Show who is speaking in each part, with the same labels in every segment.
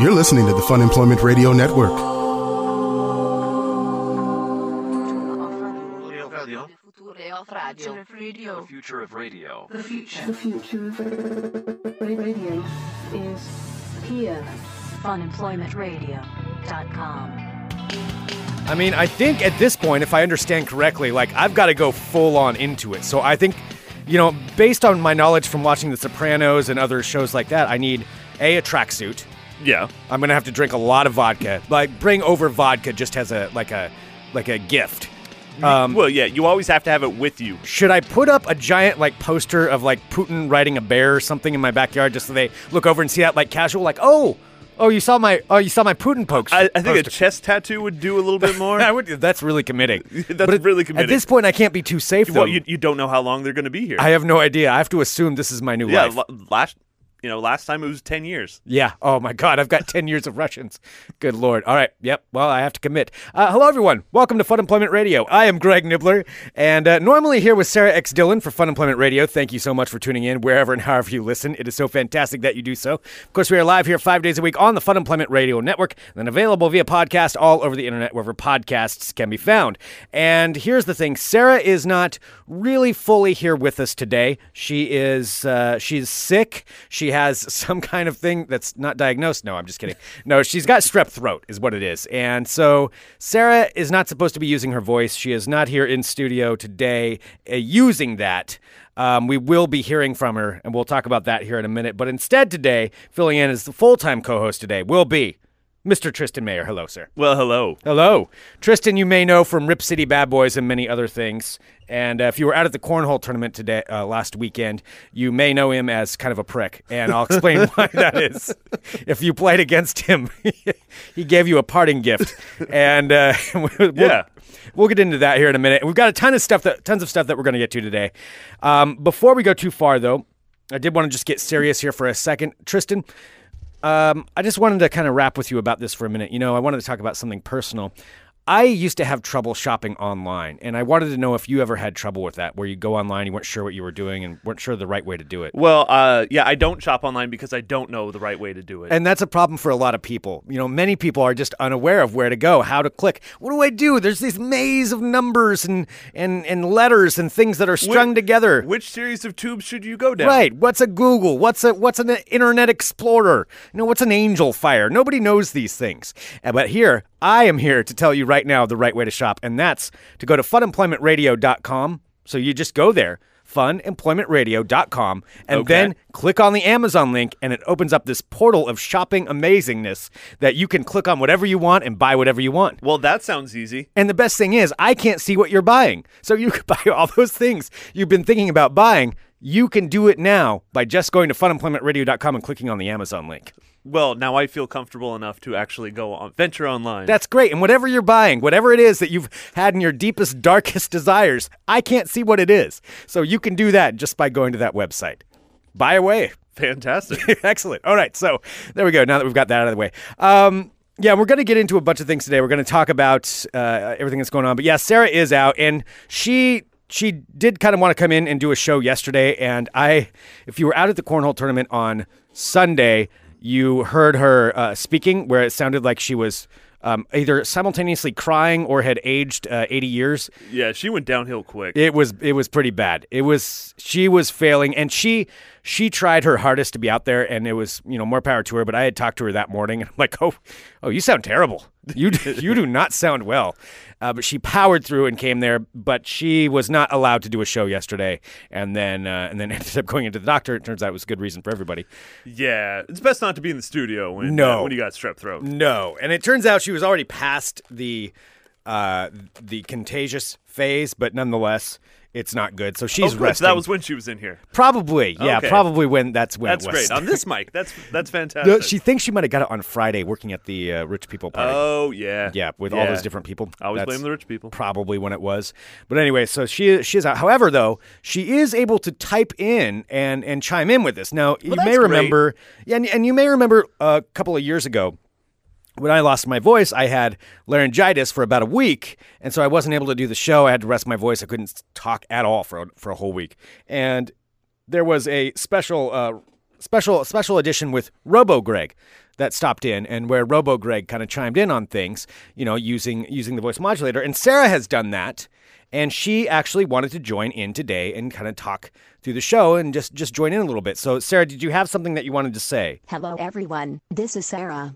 Speaker 1: You're listening to the Fun Employment Radio Network.
Speaker 2: The future of radio.
Speaker 3: The future. The future of radio is here.
Speaker 4: funemploymentradio.com.
Speaker 5: I mean, I think at this point, if I understand correctly, like I've got to go full on into it. So I think, you know, based on my knowledge from watching The Sopranos and other shows like that, I need a a tracksuit.
Speaker 6: Yeah.
Speaker 5: I'm gonna have to drink a lot of vodka. Like bring over vodka just as a like a like a gift. Um,
Speaker 6: well, yeah, you always have to have it with you.
Speaker 5: should I put up a giant like poster of like Putin riding a bear or something in my backyard just so they look over and see that like casual like oh oh you saw my oh you saw my Putin pokes.
Speaker 6: I, I think a
Speaker 5: poster."
Speaker 6: chest tattoo would do a little bit more.
Speaker 5: I would. That's really committing.
Speaker 6: That's
Speaker 5: But at-
Speaker 6: really
Speaker 5: At
Speaker 6: committing.
Speaker 5: this point, I can't be too safe though.
Speaker 6: well, you, you don't know how long they're going to be here.
Speaker 5: I have no idea. I have to assume this is my new
Speaker 6: yeah,
Speaker 5: life.
Speaker 6: la- last you know, last time it was 10 years.
Speaker 5: yeah. Oh my God, I've got ten years of Russians. Good Lord. All right. Yep. Well, I have to commit. Uh, hello, everyone. Welcome to Fun Employment Radio. I am Greg Nibbler, and uh, normally here with Sarah X Dillon for Fun Employment Radio. Thank you so much for tuning in wherever and however you listen. It is so fantastic that you do so. Of course, we are live here five days a week on the Fun Employment Radio Network, and then available via podcast all over the internet wherever podcasts can be found. And here's the thing: Sarah is not really fully here with us today. She is uh, she's sick. She has some kind of thing that's not diagnosed. No, I'm just kidding. No, she's got strep throat, is what it is. And so Sarah is not supposed to be using her voice. She is not here in studio today uh, using that. Um, we will be hearing from her, and we'll talk about that here in a minute. But instead, today, filling in as the full time co host today will be Mr. Tristan Mayer. Hello, sir.
Speaker 6: Well, hello.
Speaker 5: Hello. Tristan, you may know from Rip City Bad Boys and many other things. And uh, if you were out at the cornhole tournament today, uh, last weekend, you may know him as kind of a prick. And I'll explain why that is. If you played against him, he gave you a parting gift. And uh, we'll,
Speaker 6: Yeah.
Speaker 5: We'll get into that here in a minute. We've got a ton of stuff that tons of stuff that we're going to get to today. Um, before we go too far, though, I did want to just get serious here for a second, Tristan. Um, I just wanted to kind of wrap with you about this for a minute. You know, I wanted to talk about something personal. I used to have trouble shopping online, and I wanted to know if you ever had trouble with that, where you go online, you weren't sure what you were doing, and weren't sure the right way to do it.
Speaker 6: Well, uh, yeah, I don't shop online because I don't know the right way to do it.
Speaker 5: And that's a problem for a lot of people. You know, many people are just unaware of where to go, how to click. What do I do? There's this maze of numbers and and and letters and things that are strung
Speaker 6: Wh-
Speaker 5: together.
Speaker 6: Which series of tubes should you go down?
Speaker 5: Right. What's a Google? What's a what's an Internet Explorer? You know, what's an Angel Fire? Nobody knows these things. Uh, But here, I am here to tell you right now the right way to shop, and that's to go to funemploymentradio.com. So you just go there, funemploymentradio.com, and
Speaker 6: Okay.
Speaker 5: then click on the Amazon link, and it opens up this portal of shopping amazingness that you can click on whatever you want and buy whatever you want.
Speaker 6: Well, that sounds easy.
Speaker 5: And the best thing is, I can't see what you're buying. So you could buy all those things you've been thinking about buying. You can do it now by just going to funemploymentradio.com and clicking on the Amazon link.
Speaker 6: Well, now I feel comfortable enough to actually go on venture online.
Speaker 5: That's great. And whatever you're buying, whatever it is that you've had in your deepest, darkest desires, I can't see what it is. So you can do that just by going to that website. Buy away.
Speaker 6: fantastic.
Speaker 5: Excellent. All right. So there we go. Now that we've got that out of the way. Um, yeah, we're going to get into a bunch of things today. We're going to talk about uh, everything that's going on. But yeah, Sarah is out, and she she did kind of want to come in and do a show yesterday. And I, if you were out at the cornhole tournament on Sunday, you heard her uh, speaking, where it sounded like she was um, either simultaneously crying or had aged uh, 80 years.
Speaker 6: yeah, she went downhill quick.
Speaker 5: It was it was pretty bad. It was she was failing, and she she tried her hardest to be out there, and it was you know more power to her. But I had talked to her that morning, and I'm like, oh, oh, you sound terrible. You do- you do not sound well. Uh, but she powered through and came there. But she was not allowed to do a show yesterday, and then uh, and then ended up going into the doctor. It turns out it was a good reason for everybody.
Speaker 6: yeah, it's best not to be in the studio when
Speaker 5: No.
Speaker 6: uh, when you got strep throat.
Speaker 5: No, and it turns out she was already past the uh, the contagious phase, but nonetheless. It's not good, so she's
Speaker 6: oh, good, so
Speaker 5: resting.
Speaker 6: that was when she was in here.
Speaker 5: Probably, yeah,
Speaker 6: Okay.
Speaker 5: probably when that's when
Speaker 6: That's
Speaker 5: it was.
Speaker 6: great. On this mic, that's that's
Speaker 5: No,
Speaker 6: fantastic.
Speaker 5: she thinks she might have got it on Friday, working at the uh, rich people party.
Speaker 6: oh yeah,
Speaker 5: yeah, with all those different people.
Speaker 6: I always
Speaker 5: That's
Speaker 6: blame the rich people.
Speaker 5: Probably when it was, but anyway, so she she is out. However, though, she is able to type in and and chime in with this. Now you may
Speaker 6: that's great.
Speaker 5: remember, yeah, and, and you may remember uh, a couple of years ago when I lost my voice, I had laryngitis for about a week, and so I wasn't able to do the show. I had to rest my voice. I couldn't s- talk at all for a, for a whole week. And there was a special uh, special special edition with Robo Greg, that stopped in and where Robo Greg kind of chimed in on things, you know, using using the voice modulator. And Sarah has done that. And she actually wanted to join in today and kind of talk through the show and just just join in a little bit. So Sarah, did you have something that you wanted to say?
Speaker 4: Hello everyone, this is Sarah.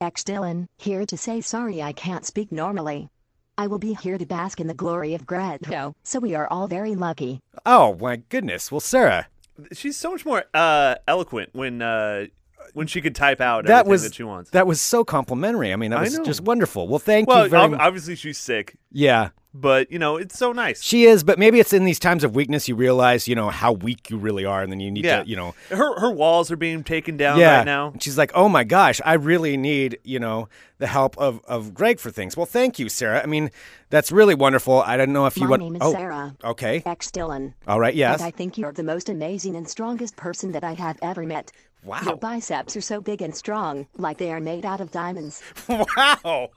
Speaker 4: X Dylan, here to say sorry I can't speak normally. I will be here to bask in the glory of Grego, so we are all very lucky.
Speaker 5: Oh my goodness. Well, Sarah,
Speaker 6: She's so much more uh, eloquent when uh, when she could type out
Speaker 5: that
Speaker 6: everything
Speaker 5: was
Speaker 6: that she wants.
Speaker 5: that was so complimentary. I mean, that
Speaker 6: I
Speaker 5: was
Speaker 6: know.
Speaker 5: just wonderful. Well, thank
Speaker 6: well,
Speaker 5: you very
Speaker 6: ob-
Speaker 5: much.
Speaker 6: obviously she's sick,
Speaker 5: Yeah.
Speaker 6: but you know it's so nice.
Speaker 5: She is, but maybe it's in these times of weakness you realize, you know, how weak you really are and then you need
Speaker 6: yeah,
Speaker 5: to, you know,
Speaker 6: her her walls are being taken down
Speaker 5: yeah.
Speaker 6: right now.
Speaker 5: And She's like, "Oh my gosh, I really need, you know, the help of of Greg for things." Well, thank you, Sarah. I mean, that's really wonderful. I don't know if you
Speaker 4: My
Speaker 5: want
Speaker 4: name is
Speaker 5: Oh,
Speaker 4: Sarah.
Speaker 5: okay.
Speaker 4: X Dylan.
Speaker 5: All right, yes.
Speaker 4: And I think you're the most amazing and strongest person that I have ever met.
Speaker 5: Wow.
Speaker 4: Your biceps are so big and strong, like they are made out of diamonds.
Speaker 5: wow.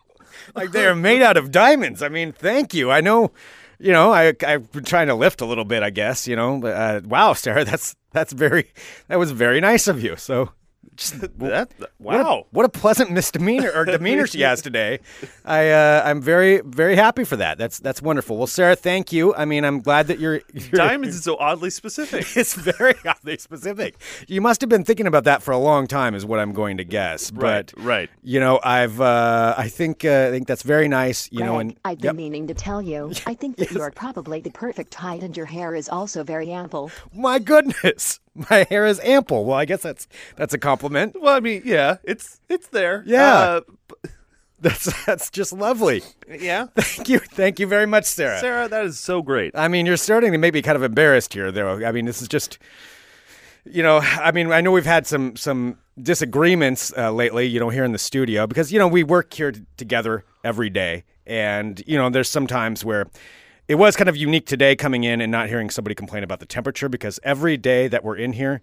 Speaker 5: Like they are made out of diamonds. I mean, thank you. I know, you know, I I've been trying to lift a little bit, I guess, you know, but uh, wow, Sarah, that's that's very that was very nice of you. So just,
Speaker 6: That
Speaker 5: What a-
Speaker 6: wow.
Speaker 5: what a pleasant misdemeanor or demeanor she has today. I uh, I'm very very happy for that. That's that's wonderful. Well, Sarah, thank you. I mean, I'm glad that you're, you're
Speaker 6: Diamonds is so oddly specific.
Speaker 5: It's very oddly specific. You must have been thinking about that for a long time, is what I'm going to guess.
Speaker 6: Right,
Speaker 5: but,
Speaker 6: right.
Speaker 5: You know, I've uh, I think uh, I think that's very nice. You know,
Speaker 4: Greg,
Speaker 5: and
Speaker 4: I've been
Speaker 5: yep.
Speaker 4: meaning to tell you. I think that you're probably the perfect height and your hair is also very ample.
Speaker 5: my goodness, my hair is ample. Well, I guess that's that's a compliment.
Speaker 6: well, I mean, yeah, it's it's there.
Speaker 5: Yeah.
Speaker 6: Uh, b-
Speaker 5: That's that's just lovely.
Speaker 6: yeah.
Speaker 5: Thank you, thank you very much,
Speaker 6: Sarah, that is so great.
Speaker 5: I mean, you're starting to make me kind of embarrassed here, though. I mean, this is just, you know, I mean, I know we've had some some disagreements uh, lately, you know, here in the studio because you know we work here t- together every day, and you know, there's some times where. It was kind of unique today coming in and not hearing somebody complain about the temperature because every day that we're in here,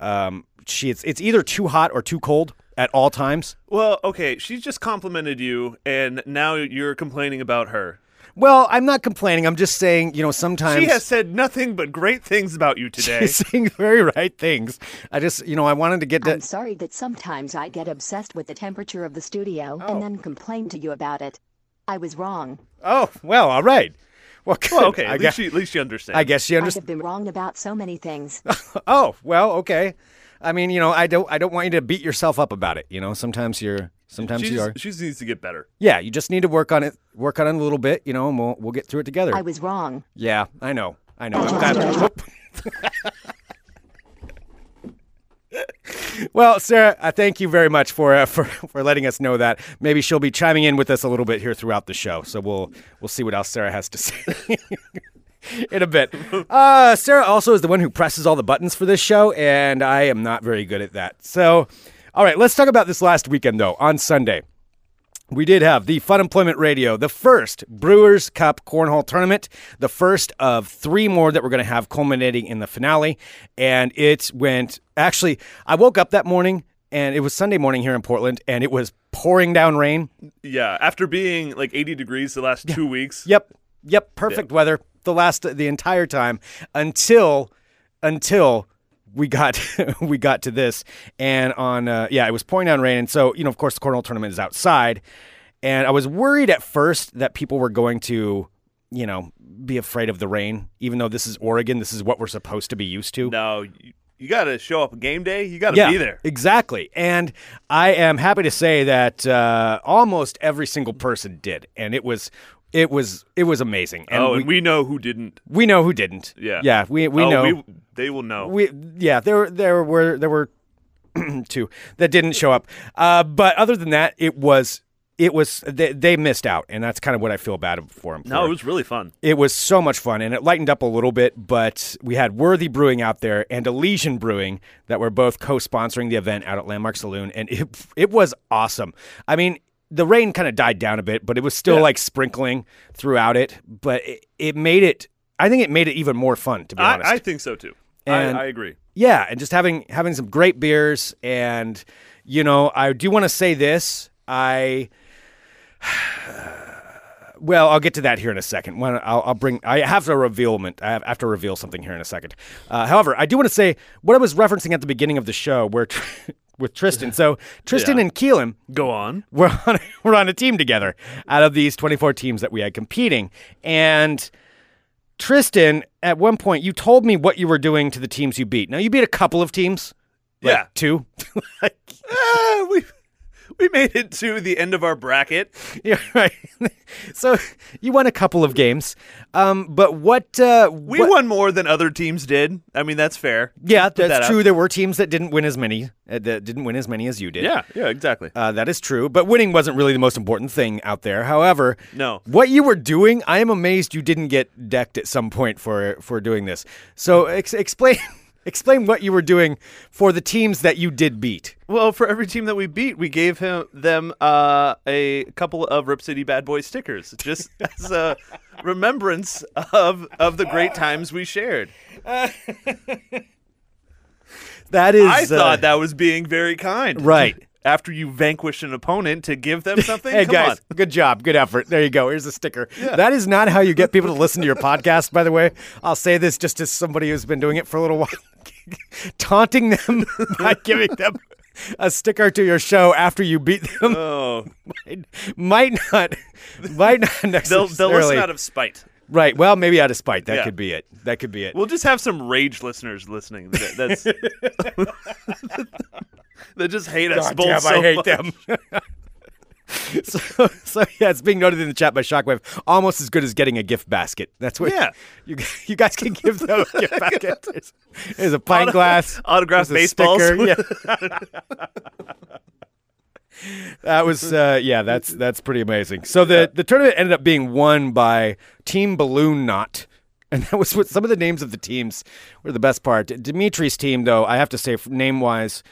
Speaker 5: um, she it's, it's either too hot or too cold at all times.
Speaker 6: Well, okay, she just complimented you, and now you're complaining about her.
Speaker 5: Well, I'm not complaining. I'm just saying, you know, sometimes
Speaker 6: She has said nothing but great things about you today.
Speaker 5: she's saying very right things. I just, you know, I wanted to get to
Speaker 4: I'm sorry that sometimes I get obsessed with the temperature of the studio and then complain to you about it. I was wrong.
Speaker 5: Oh, well, all right. Well, good.
Speaker 6: Well, okay,
Speaker 5: I
Speaker 6: at least,
Speaker 5: guess,
Speaker 6: she, at least she understands.
Speaker 5: I guess you
Speaker 4: I have
Speaker 5: understand.
Speaker 4: been wrong about so many things.
Speaker 5: Oh, well, okay. I mean, you know, I don't, I don't want you to beat yourself up about it. You know, sometimes you're, sometimes
Speaker 6: she
Speaker 5: you are.
Speaker 6: just, she just needs to get better.
Speaker 5: Yeah, you just need to work on it, work on it a little bit. You know, and we'll, we'll get through it together.
Speaker 4: I was wrong.
Speaker 5: yeah, I know, I know. I'm glad- Whoop. well, Sarah, I thank you very much for uh, for for letting us know that. Maybe she'll be chiming in with us a little bit here throughout the show. So we'll we'll see what else Sarah has to say. in a bit. Uh, Sarah also is the one who presses all the buttons for this show, and I am not very good at that. So, all right, let's talk about this last weekend, though, on Sunday. We did have the Fun Employment Radio, the first Brewers Cup Cornhole Tournament, the first of three more that we're going to have culminating in the finale. And it went, actually, I woke up that morning and it was Sunday morning here in Portland and it was pouring down rain.
Speaker 6: Yeah, after being like 80 degrees the last two weeks.
Speaker 5: Yep. Yep. Perfect weather the last the entire time until until we got we got to this and on uh, yeah it was pouring down rain and so you know of course the cornhole tournament is outside and I was worried at first that people were going to you know be afraid of the rain even though this is Oregon this is what we're supposed to be used to
Speaker 6: No, you, you got to show up game day. You got to be there.
Speaker 5: Exactly. And I am happy to say that uh, almost every single person did. And it was it was it was amazing. And
Speaker 6: oh,
Speaker 5: we,
Speaker 6: and we know who didn't.
Speaker 5: we know who didn't.
Speaker 6: Yeah.
Speaker 5: Yeah, we we
Speaker 6: Oh,
Speaker 5: know.
Speaker 6: We, they will know.
Speaker 5: We, yeah, there there were there were two that didn't show up. Uh, but other than that, it was it was they, they missed out, and that's kind of what I feel bad for them.
Speaker 6: no, it was really fun.
Speaker 5: It was so much fun, and it lightened up a little bit. But we had Worthy Brewing out there and Elysian Brewing that were both co-sponsoring the event out at Landmark Saloon, and it it was awesome. I mean, the rain kind of died down a bit, but it was still like sprinkling throughout it. But it, it made it. I think it made it even more fun, to be honest.
Speaker 6: I, I think so too.
Speaker 5: And-
Speaker 6: I, I agree.
Speaker 5: yeah, and just having having some great beers, and you know, I do want to say this. I well, I'll get to that here in a second. When I'll, I'll bring, I have to reveal, I have, I have to reveal something here in a second. Uh, however, I do want to say what I was referencing at the beginning of the show, where with Tristan. So Tristan
Speaker 6: Yeah.
Speaker 5: and Keelan
Speaker 6: Go on.
Speaker 5: we're on we're on a team together out of these 24 teams that we had competing and Tristan at one point you told me what you were doing to the teams you beat. Now you beat a couple of teams. Like
Speaker 6: Yeah.
Speaker 5: Two. like,
Speaker 6: Ah, we we made it to the end of our bracket.
Speaker 5: yeah, right. so you won a couple of games. Um but what uh
Speaker 6: We
Speaker 5: what-
Speaker 6: won more than other teams did. I mean, that's fair.
Speaker 5: Yeah,
Speaker 6: Put that
Speaker 5: that's
Speaker 6: out.
Speaker 5: true. There were teams that didn't win as many uh, that didn't win as many as you did.
Speaker 6: Yeah, yeah, exactly.
Speaker 5: Uh, that is true, but winning wasn't really the most important thing out there. However,
Speaker 6: No.
Speaker 5: what you were doing, I am amazed you didn't get decked at some point for for doing this. So ex- explain explain what you were doing for the teams that you did beat.
Speaker 6: Well, for every team that we beat, we gave him them uh, a couple of Rip City Bad Boy stickers, just as a remembrance of of the great times we shared.
Speaker 5: That is,
Speaker 6: I
Speaker 5: uh,
Speaker 6: thought that was being very kind,
Speaker 5: Right.
Speaker 6: After you vanquish an opponent, to give them something.
Speaker 5: Hey
Speaker 6: Come
Speaker 5: guys,
Speaker 6: on.
Speaker 5: good job, good effort. There you go. Here's a sticker. That is not how you get people to listen to your podcast. By the way, I'll say this just as somebody who's been doing it for a little while, taunting them by giving them a sticker to your show after you beat them.
Speaker 6: Oh,
Speaker 5: might not might not
Speaker 6: they'll
Speaker 5: necessarily
Speaker 6: they'll listen out of spite.
Speaker 5: right well maybe out of spite that
Speaker 6: Yeah.
Speaker 5: could be it that could be it
Speaker 6: We'll just have some rage listeners listening. That, that's that just hate us
Speaker 5: God
Speaker 6: both
Speaker 5: damn,
Speaker 6: so
Speaker 5: I hate
Speaker 6: much.
Speaker 5: them so, so yeah it's being noted in the chat by shockwave almost as good as getting a gift basket that's what
Speaker 6: Yeah.
Speaker 5: you, you guys can give them a gift basket there's, there's a pint
Speaker 6: Auto-
Speaker 5: glass
Speaker 6: autographed
Speaker 5: there's a
Speaker 6: baseballs.
Speaker 5: sticker, yeah. that was uh, yeah that's that's pretty amazing so the the tournament ended up being won by team balloon knot and that was what some of the names of the teams were the best part dimitri's team though i have to say name wise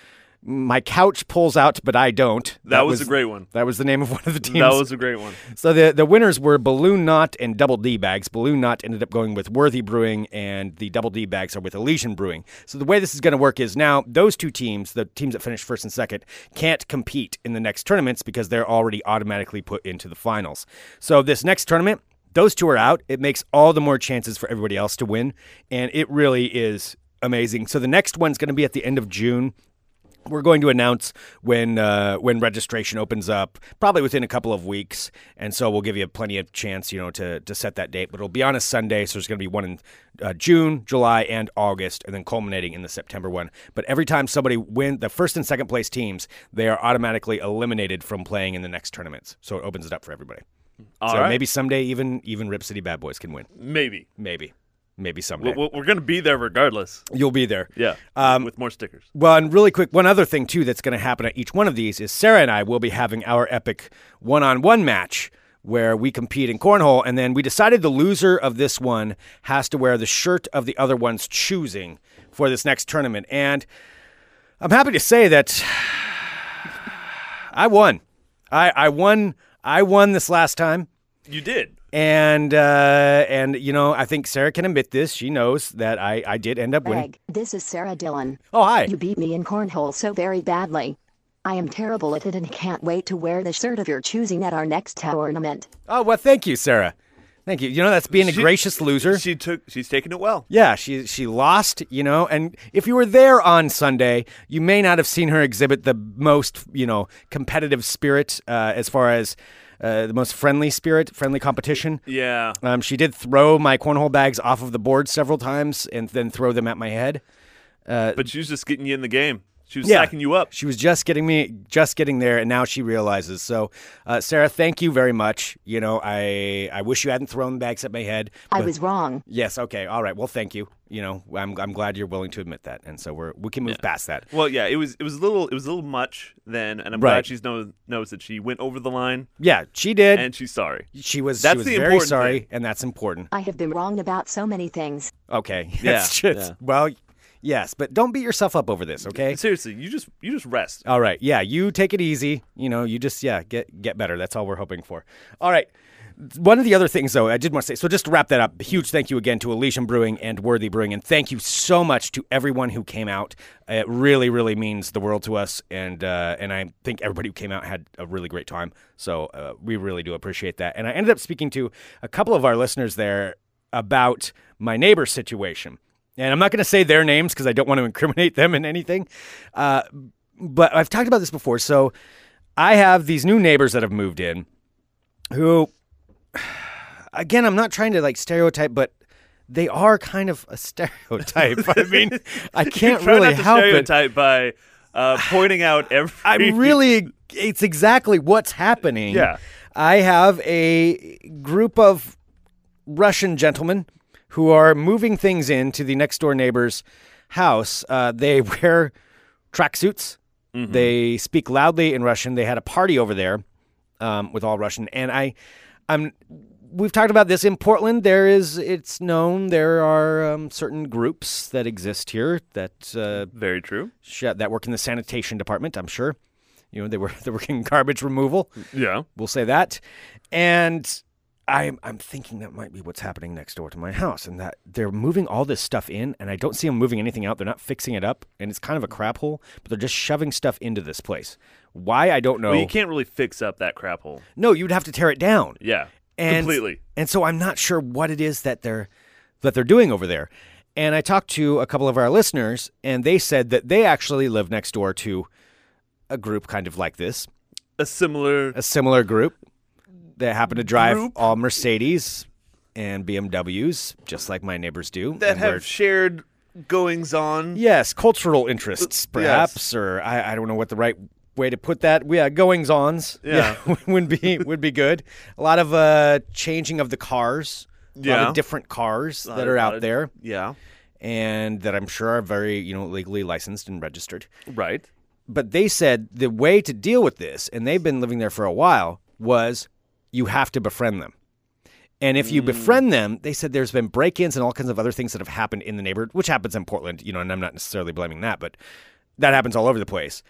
Speaker 5: my couch pulls out but i don't
Speaker 6: That was a great one.
Speaker 5: that was the name of one of the teams
Speaker 6: That was a great one.
Speaker 5: so the the winners were Balloon Knot and Double D Bags. Balloon Knot ended up going with Worthy Brewing, and the Double D Bags are with Elysian Brewing. So the way this is going to work is now those two teams, the teams that finished first and second, can't compete in the next tournaments because they're already automatically put into the finals. So this next tournament. Those two are out. It makes all the more chances for everybody else to win. And it really is amazing. So the next one's going to be at the end of June. We're going to announce when uh, when registration opens up, probably within a couple of weeks, and so we'll give you plenty of chance, you know, to to set that date. But it'll be on a Sunday, so there's going to be one in uh, June, July, and August, and then culminating in the September one. But every time somebody win the first and second place teams, they are automatically eliminated from playing in the next tournaments. So it opens it up for everybody.
Speaker 6: All
Speaker 5: so
Speaker 6: right.
Speaker 5: maybe someday even even Rip City Bad Boys can win.
Speaker 6: Maybe.
Speaker 5: Maybe, maybe someday
Speaker 6: We- we- We're going to be there regardless.
Speaker 5: you'll be there.
Speaker 6: Yeah.
Speaker 5: Um,
Speaker 6: with more stickers.
Speaker 5: Well, and really quick, one other thing too that's going to happen at each one of these is Sarah and I will be having our epic one-on-one match where we compete in cornhole, and then we decided the loser of this one has to wear the shirt of the other one's choosing for this next tournament. And I'm happy to say that I won. I, I won. I won this last time
Speaker 6: You did.
Speaker 5: and uh, and you know I think Sarah can admit this. She knows that I I did end up winning.
Speaker 4: Greg, this is Sarah Dillon.
Speaker 5: Oh hi!
Speaker 4: You beat me in cornhole so very badly. I am terrible at it and can't wait to wear the shirt of your choosing at our next tournament.
Speaker 5: Oh well, thank you, Sarah. Thank you. You know that's being a
Speaker 6: She-
Speaker 5: gracious loser.
Speaker 6: She took. She's taking it well.
Speaker 5: yeah, she she lost. You know, and if you were there on Sunday, you may not have seen her exhibit the most you know competitive spirit uh, as far as. Uh, the most friendly spirit, friendly competition.
Speaker 6: Yeah.
Speaker 5: Um, she did throw my cornhole bags off of the board several times and then throw them at my head.
Speaker 6: But she was just getting you in the game. She was
Speaker 5: Uh, Yeah.
Speaker 6: sacking you up.
Speaker 5: She was just getting me, just getting there, and now she realizes. So, uh, Sarah, thank you very much. You know, I I wish you hadn't thrown bags at my head.
Speaker 4: I
Speaker 5: but-
Speaker 4: was wrong.
Speaker 5: Yes. Okay. All right. Well, thank you. You know, I'm I'm glad you're willing to admit that, and so we're we can move past that.
Speaker 6: Well, yeah. It was. It was a little. It was a little much then, and I'm
Speaker 5: Right.
Speaker 6: glad she knows knows that she went over the line
Speaker 5: Yeah, she did.
Speaker 6: and she's sorry.
Speaker 5: she was
Speaker 6: That's
Speaker 5: she was
Speaker 6: the
Speaker 5: very
Speaker 6: important
Speaker 5: sorry,
Speaker 6: thing.
Speaker 5: and that's important.
Speaker 4: I have been wrong about so many things.
Speaker 5: Okay.
Speaker 6: Yeah,
Speaker 5: That's just-
Speaker 6: yeah.
Speaker 5: Well, yes, but don't beat yourself up over this. Okay.
Speaker 6: Seriously, you just you just rest.
Speaker 5: All right. Yeah, you take it easy. You know, you just yeah, get get better. That's all we're hoping for. All right. One of the other things though, I did want to say, so just to wrap that up, huge thank you again to Elysian Brewing and Worthy Brewing and thank you so much to everyone who came out. It really really means the world to us and uh, and I think everybody who came out had a really great time. So, uh, we really do appreciate that. And I ended up speaking to a couple of our listeners there about my neighbor situation. And I'm not going to say their names because I don't want to incriminate them in anything. Uh, but I've talked about this before. So I have these new neighbors that have moved in who, again, I'm not trying to like stereotype, but they are kind of a stereotype. I mean, I can't
Speaker 6: Try
Speaker 5: really
Speaker 6: not to
Speaker 5: help it.
Speaker 6: stereotype by uh, pointing out every.
Speaker 5: I'm really, it's exactly what's happening.
Speaker 6: Yeah.
Speaker 5: I have a group of Russian gentlemen who are moving things into the next door neighbor's house. Uh, they wear tracksuits, they speak loudly in Russian. They had a party over there um, with all Russian. And I, I'm, we've talked about this in Portland. There is, it's known there are um, certain groups that exist here that uh,
Speaker 6: very true.
Speaker 5: sh- that work in the sanitation department. I'm sure, you know, they were they work in garbage removal.
Speaker 6: Yeah.
Speaker 5: We'll say that, and I'm I'm thinking that might be what's happening next door to my house, and that they're moving all this stuff in, and I don't see them moving anything out. They're not fixing it up, and it's kind of a crap hole. But they're just shoving stuff into this place. Why I don't know.
Speaker 6: Well, you can't really fix up that crap hole.
Speaker 5: no, you'd have to tear it down.
Speaker 6: Yeah.
Speaker 5: And,
Speaker 6: completely.
Speaker 5: And so I'm not sure what it is that they're that they're doing over there. And I talked to a couple of our listeners, and they said that they actually live next door to a group kind of like this,
Speaker 6: A similar.
Speaker 5: a similar group that happen to drive
Speaker 6: Group?
Speaker 5: all Mercedes and BMWs, just like my neighbors do.
Speaker 6: that
Speaker 5: and
Speaker 6: have
Speaker 5: we're-
Speaker 6: shared goings on.
Speaker 5: yes, cultural interests,
Speaker 6: Uh, yes.
Speaker 5: perhaps, or I, I don't know what the right way to put that. Yeah, goings ons.
Speaker 6: Yeah.
Speaker 5: would be would be good. A lot of uh, changing of the cars. a lot
Speaker 6: Yeah.
Speaker 5: of different cars
Speaker 6: Lot
Speaker 5: that
Speaker 6: of-
Speaker 5: are
Speaker 6: lot
Speaker 5: out
Speaker 6: of-
Speaker 5: there,
Speaker 6: Uh, Yeah.
Speaker 5: and that I'm sure are very you know legally licensed and registered.
Speaker 6: Right.
Speaker 5: But they said the way to deal with this, and they've been living there for a while, was you have to befriend them. And if you befriend them, they said there's been break ins and all kinds of other things that have happened in the neighborhood, which happens in Portland, you know, and I'm not necessarily blaming that, but that happens all over the place.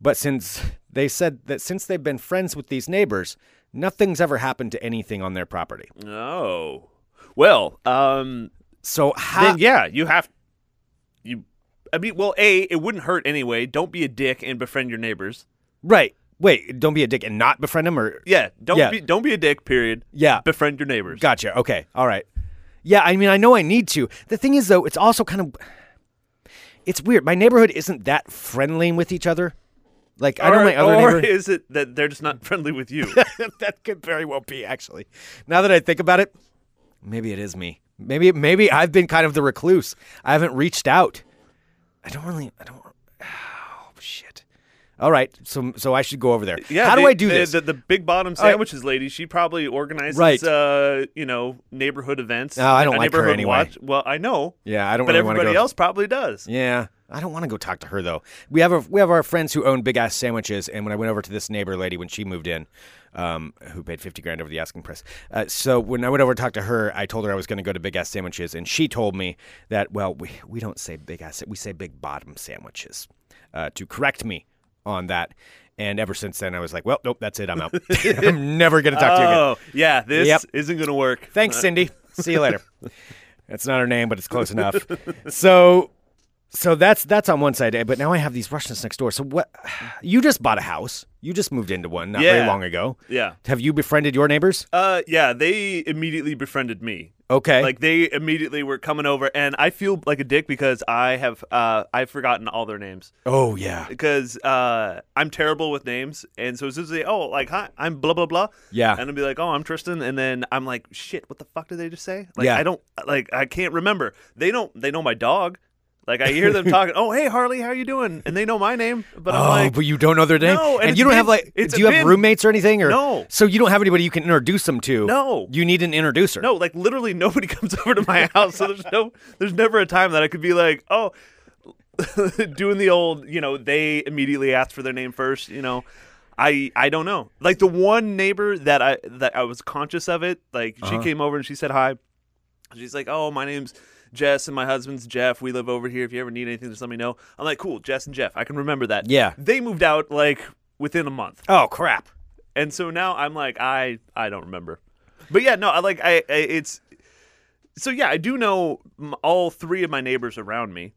Speaker 5: But since they said that since they've been friends with these neighbors, nothing's ever happened to anything on their property.
Speaker 6: Oh. Well, um,
Speaker 5: So, how?
Speaker 6: then yeah, you have you I mean, well, A, it wouldn't hurt anyway. Don't be a dick and befriend your neighbors.
Speaker 5: Right. Wait, don't be a dick and not befriend him or
Speaker 6: Yeah, don't
Speaker 5: Yeah.
Speaker 6: be don't be a dick, period.
Speaker 5: Yeah.
Speaker 6: Befriend your neighbors.
Speaker 5: Gotcha. Okay. All right. Yeah, I mean I know I need to. The thing is though, it's also kind of it's weird. My neighborhood isn't that friendly with each other. Like I know
Speaker 6: or,
Speaker 5: my other
Speaker 6: or
Speaker 5: neighbor
Speaker 6: is it that they're just not friendly with you?
Speaker 5: that could very well be actually. Now that I think about it, maybe it is me. Maybe maybe I've been kind of the recluse. I haven't reached out. I don't really. I don't. Oh shit. All right. So so I should go over there.
Speaker 6: yeah.
Speaker 5: How do
Speaker 6: they-
Speaker 5: I do
Speaker 6: the,
Speaker 5: this?
Speaker 6: The, the big bottom
Speaker 5: All right.
Speaker 6: sandwiches lady, she probably organizes
Speaker 5: Right.
Speaker 6: uh, you know, neighborhood events.
Speaker 5: No, I don't
Speaker 6: a
Speaker 5: like her
Speaker 6: neighborhood
Speaker 5: anyway.
Speaker 6: Watch. Well, I know.
Speaker 5: yeah, I don't
Speaker 6: But
Speaker 5: really want to go.
Speaker 6: everybody else probably does.
Speaker 5: Yeah. I don't want to go talk to her though. We have a, we have our friends who own big ass sandwiches, and when I went over to this neighbor lady when she moved in, um, who paid fifty grand over the asking price. Uh, so when I went over to talk to her, I told her I was going to go to big ass sandwiches, and she told me that well, we we don't say big ass, we say big bottom sandwiches. Uh, to correct me on that, and ever since then I was like, well, nope, that's it, I'm out. I'm never going to talk to you again.
Speaker 6: Oh, yeah, this
Speaker 5: Yep.
Speaker 6: isn't going to work.
Speaker 5: Thanks, Cindy. See you later. That's not her name, but it's close enough. So, so that's that's on one side. eh, But now I have these Russians next door. So what? You just bought a house. You just moved into one not very
Speaker 6: Yeah.
Speaker 5: long ago.
Speaker 6: Yeah.
Speaker 5: Have you befriended your neighbors?
Speaker 6: Uh, yeah, they immediately befriended me.
Speaker 5: Okay.
Speaker 6: Like they immediately were coming over, and I feel like a dick because I have uh I've forgotten all their names
Speaker 5: oh yeah,
Speaker 6: because uh I'm terrible with names, and so as soon as they oh like hi I'm blah blah blah
Speaker 5: Yeah.
Speaker 6: and I'll be like oh I'm Tristan, and then I'm like shit what the fuck did they just say like
Speaker 5: Yeah.
Speaker 6: I don't like I can't remember they don't they know my dog like I hear them talking oh hey Harley how you doing and they know my name but
Speaker 5: Oh,
Speaker 6: I'm like
Speaker 5: but you don't know their name,
Speaker 6: No, and it's
Speaker 5: you don't
Speaker 6: been-
Speaker 5: have like.
Speaker 6: it's
Speaker 5: do you have
Speaker 6: been-
Speaker 5: roommates or anything? Or
Speaker 6: No.
Speaker 5: So you don't have anybody you can introduce them to.
Speaker 6: No.
Speaker 5: You need an introducer.
Speaker 6: No, like literally nobody comes over to my house. So there's no, there's never a time that I could be like, oh, doing the old, you know, they immediately asked for their name first. You know, I, I don't know. Like the one neighbor that I that I was conscious of it. Like she came over and she said hi. She's like, oh, my name's Jess and my husband's Jeff. We live over here. If you ever need anything, just let me know. I'm like, cool, Jess and Jeff. I can remember that.
Speaker 5: Yeah.
Speaker 6: They moved out like within a month
Speaker 5: Oh crap.
Speaker 6: and so now I'm like I I don't remember, but yeah, no, I like I, I it's so yeah, I do know m- all three of my neighbors around me,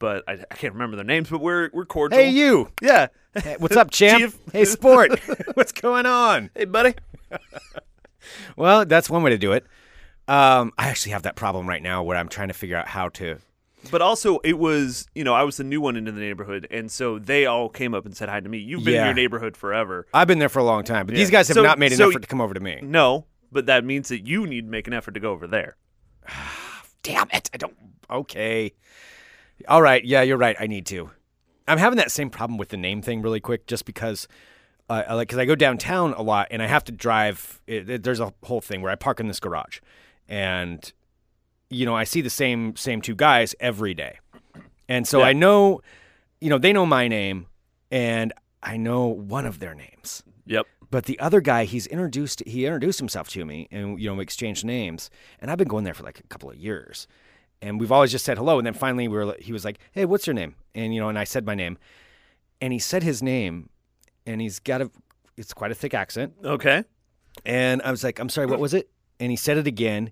Speaker 6: but I, I can't remember their names. But we're we're cordial.
Speaker 5: Hey you.
Speaker 6: yeah,
Speaker 5: Hey, What's up, champ?
Speaker 6: Chief.
Speaker 5: Hey sport. What's going on?
Speaker 6: hey buddy.
Speaker 5: Well, that's one way to do it. Um, I actually have that problem right now where I'm trying to figure out how to
Speaker 6: But also, it was you know I was the new one into the neighborhood, and so they all came up and said hi to me. You've been
Speaker 5: Yeah.
Speaker 6: in your neighborhood forever.
Speaker 5: I've been there for a long time, but these
Speaker 6: Yeah.
Speaker 5: guys have
Speaker 6: So-
Speaker 5: not made an
Speaker 6: so-
Speaker 5: effort to come over to me.
Speaker 6: No, but that means that you need to make an effort to go over there.
Speaker 5: Damn it! I don't. Okay. All right. Yeah, you're right. I need to. I'm having that same problem with the name thing really quick, just because, uh, I like, because I go downtown a lot and I have to drive. It, it- there's a whole thing where I park in this garage, and you know I see the same same two guys every day, and so
Speaker 6: Yeah.
Speaker 5: I know, you know, they know my name, and I know one of their names.
Speaker 6: Yep.
Speaker 5: But the other guy, he's introduced. He introduced himself to me, and you know, we exchanged names. And I've been going there for like a couple of years, and we've always just said hello. And then finally, we were. like- He was like, "Hey, what's your name?" And you know, and I said my name, and he said his name, and he's got a. It's quite a thick accent,
Speaker 6: Okay.
Speaker 5: and I was like, "I'm sorry, what was it?" And he said it again,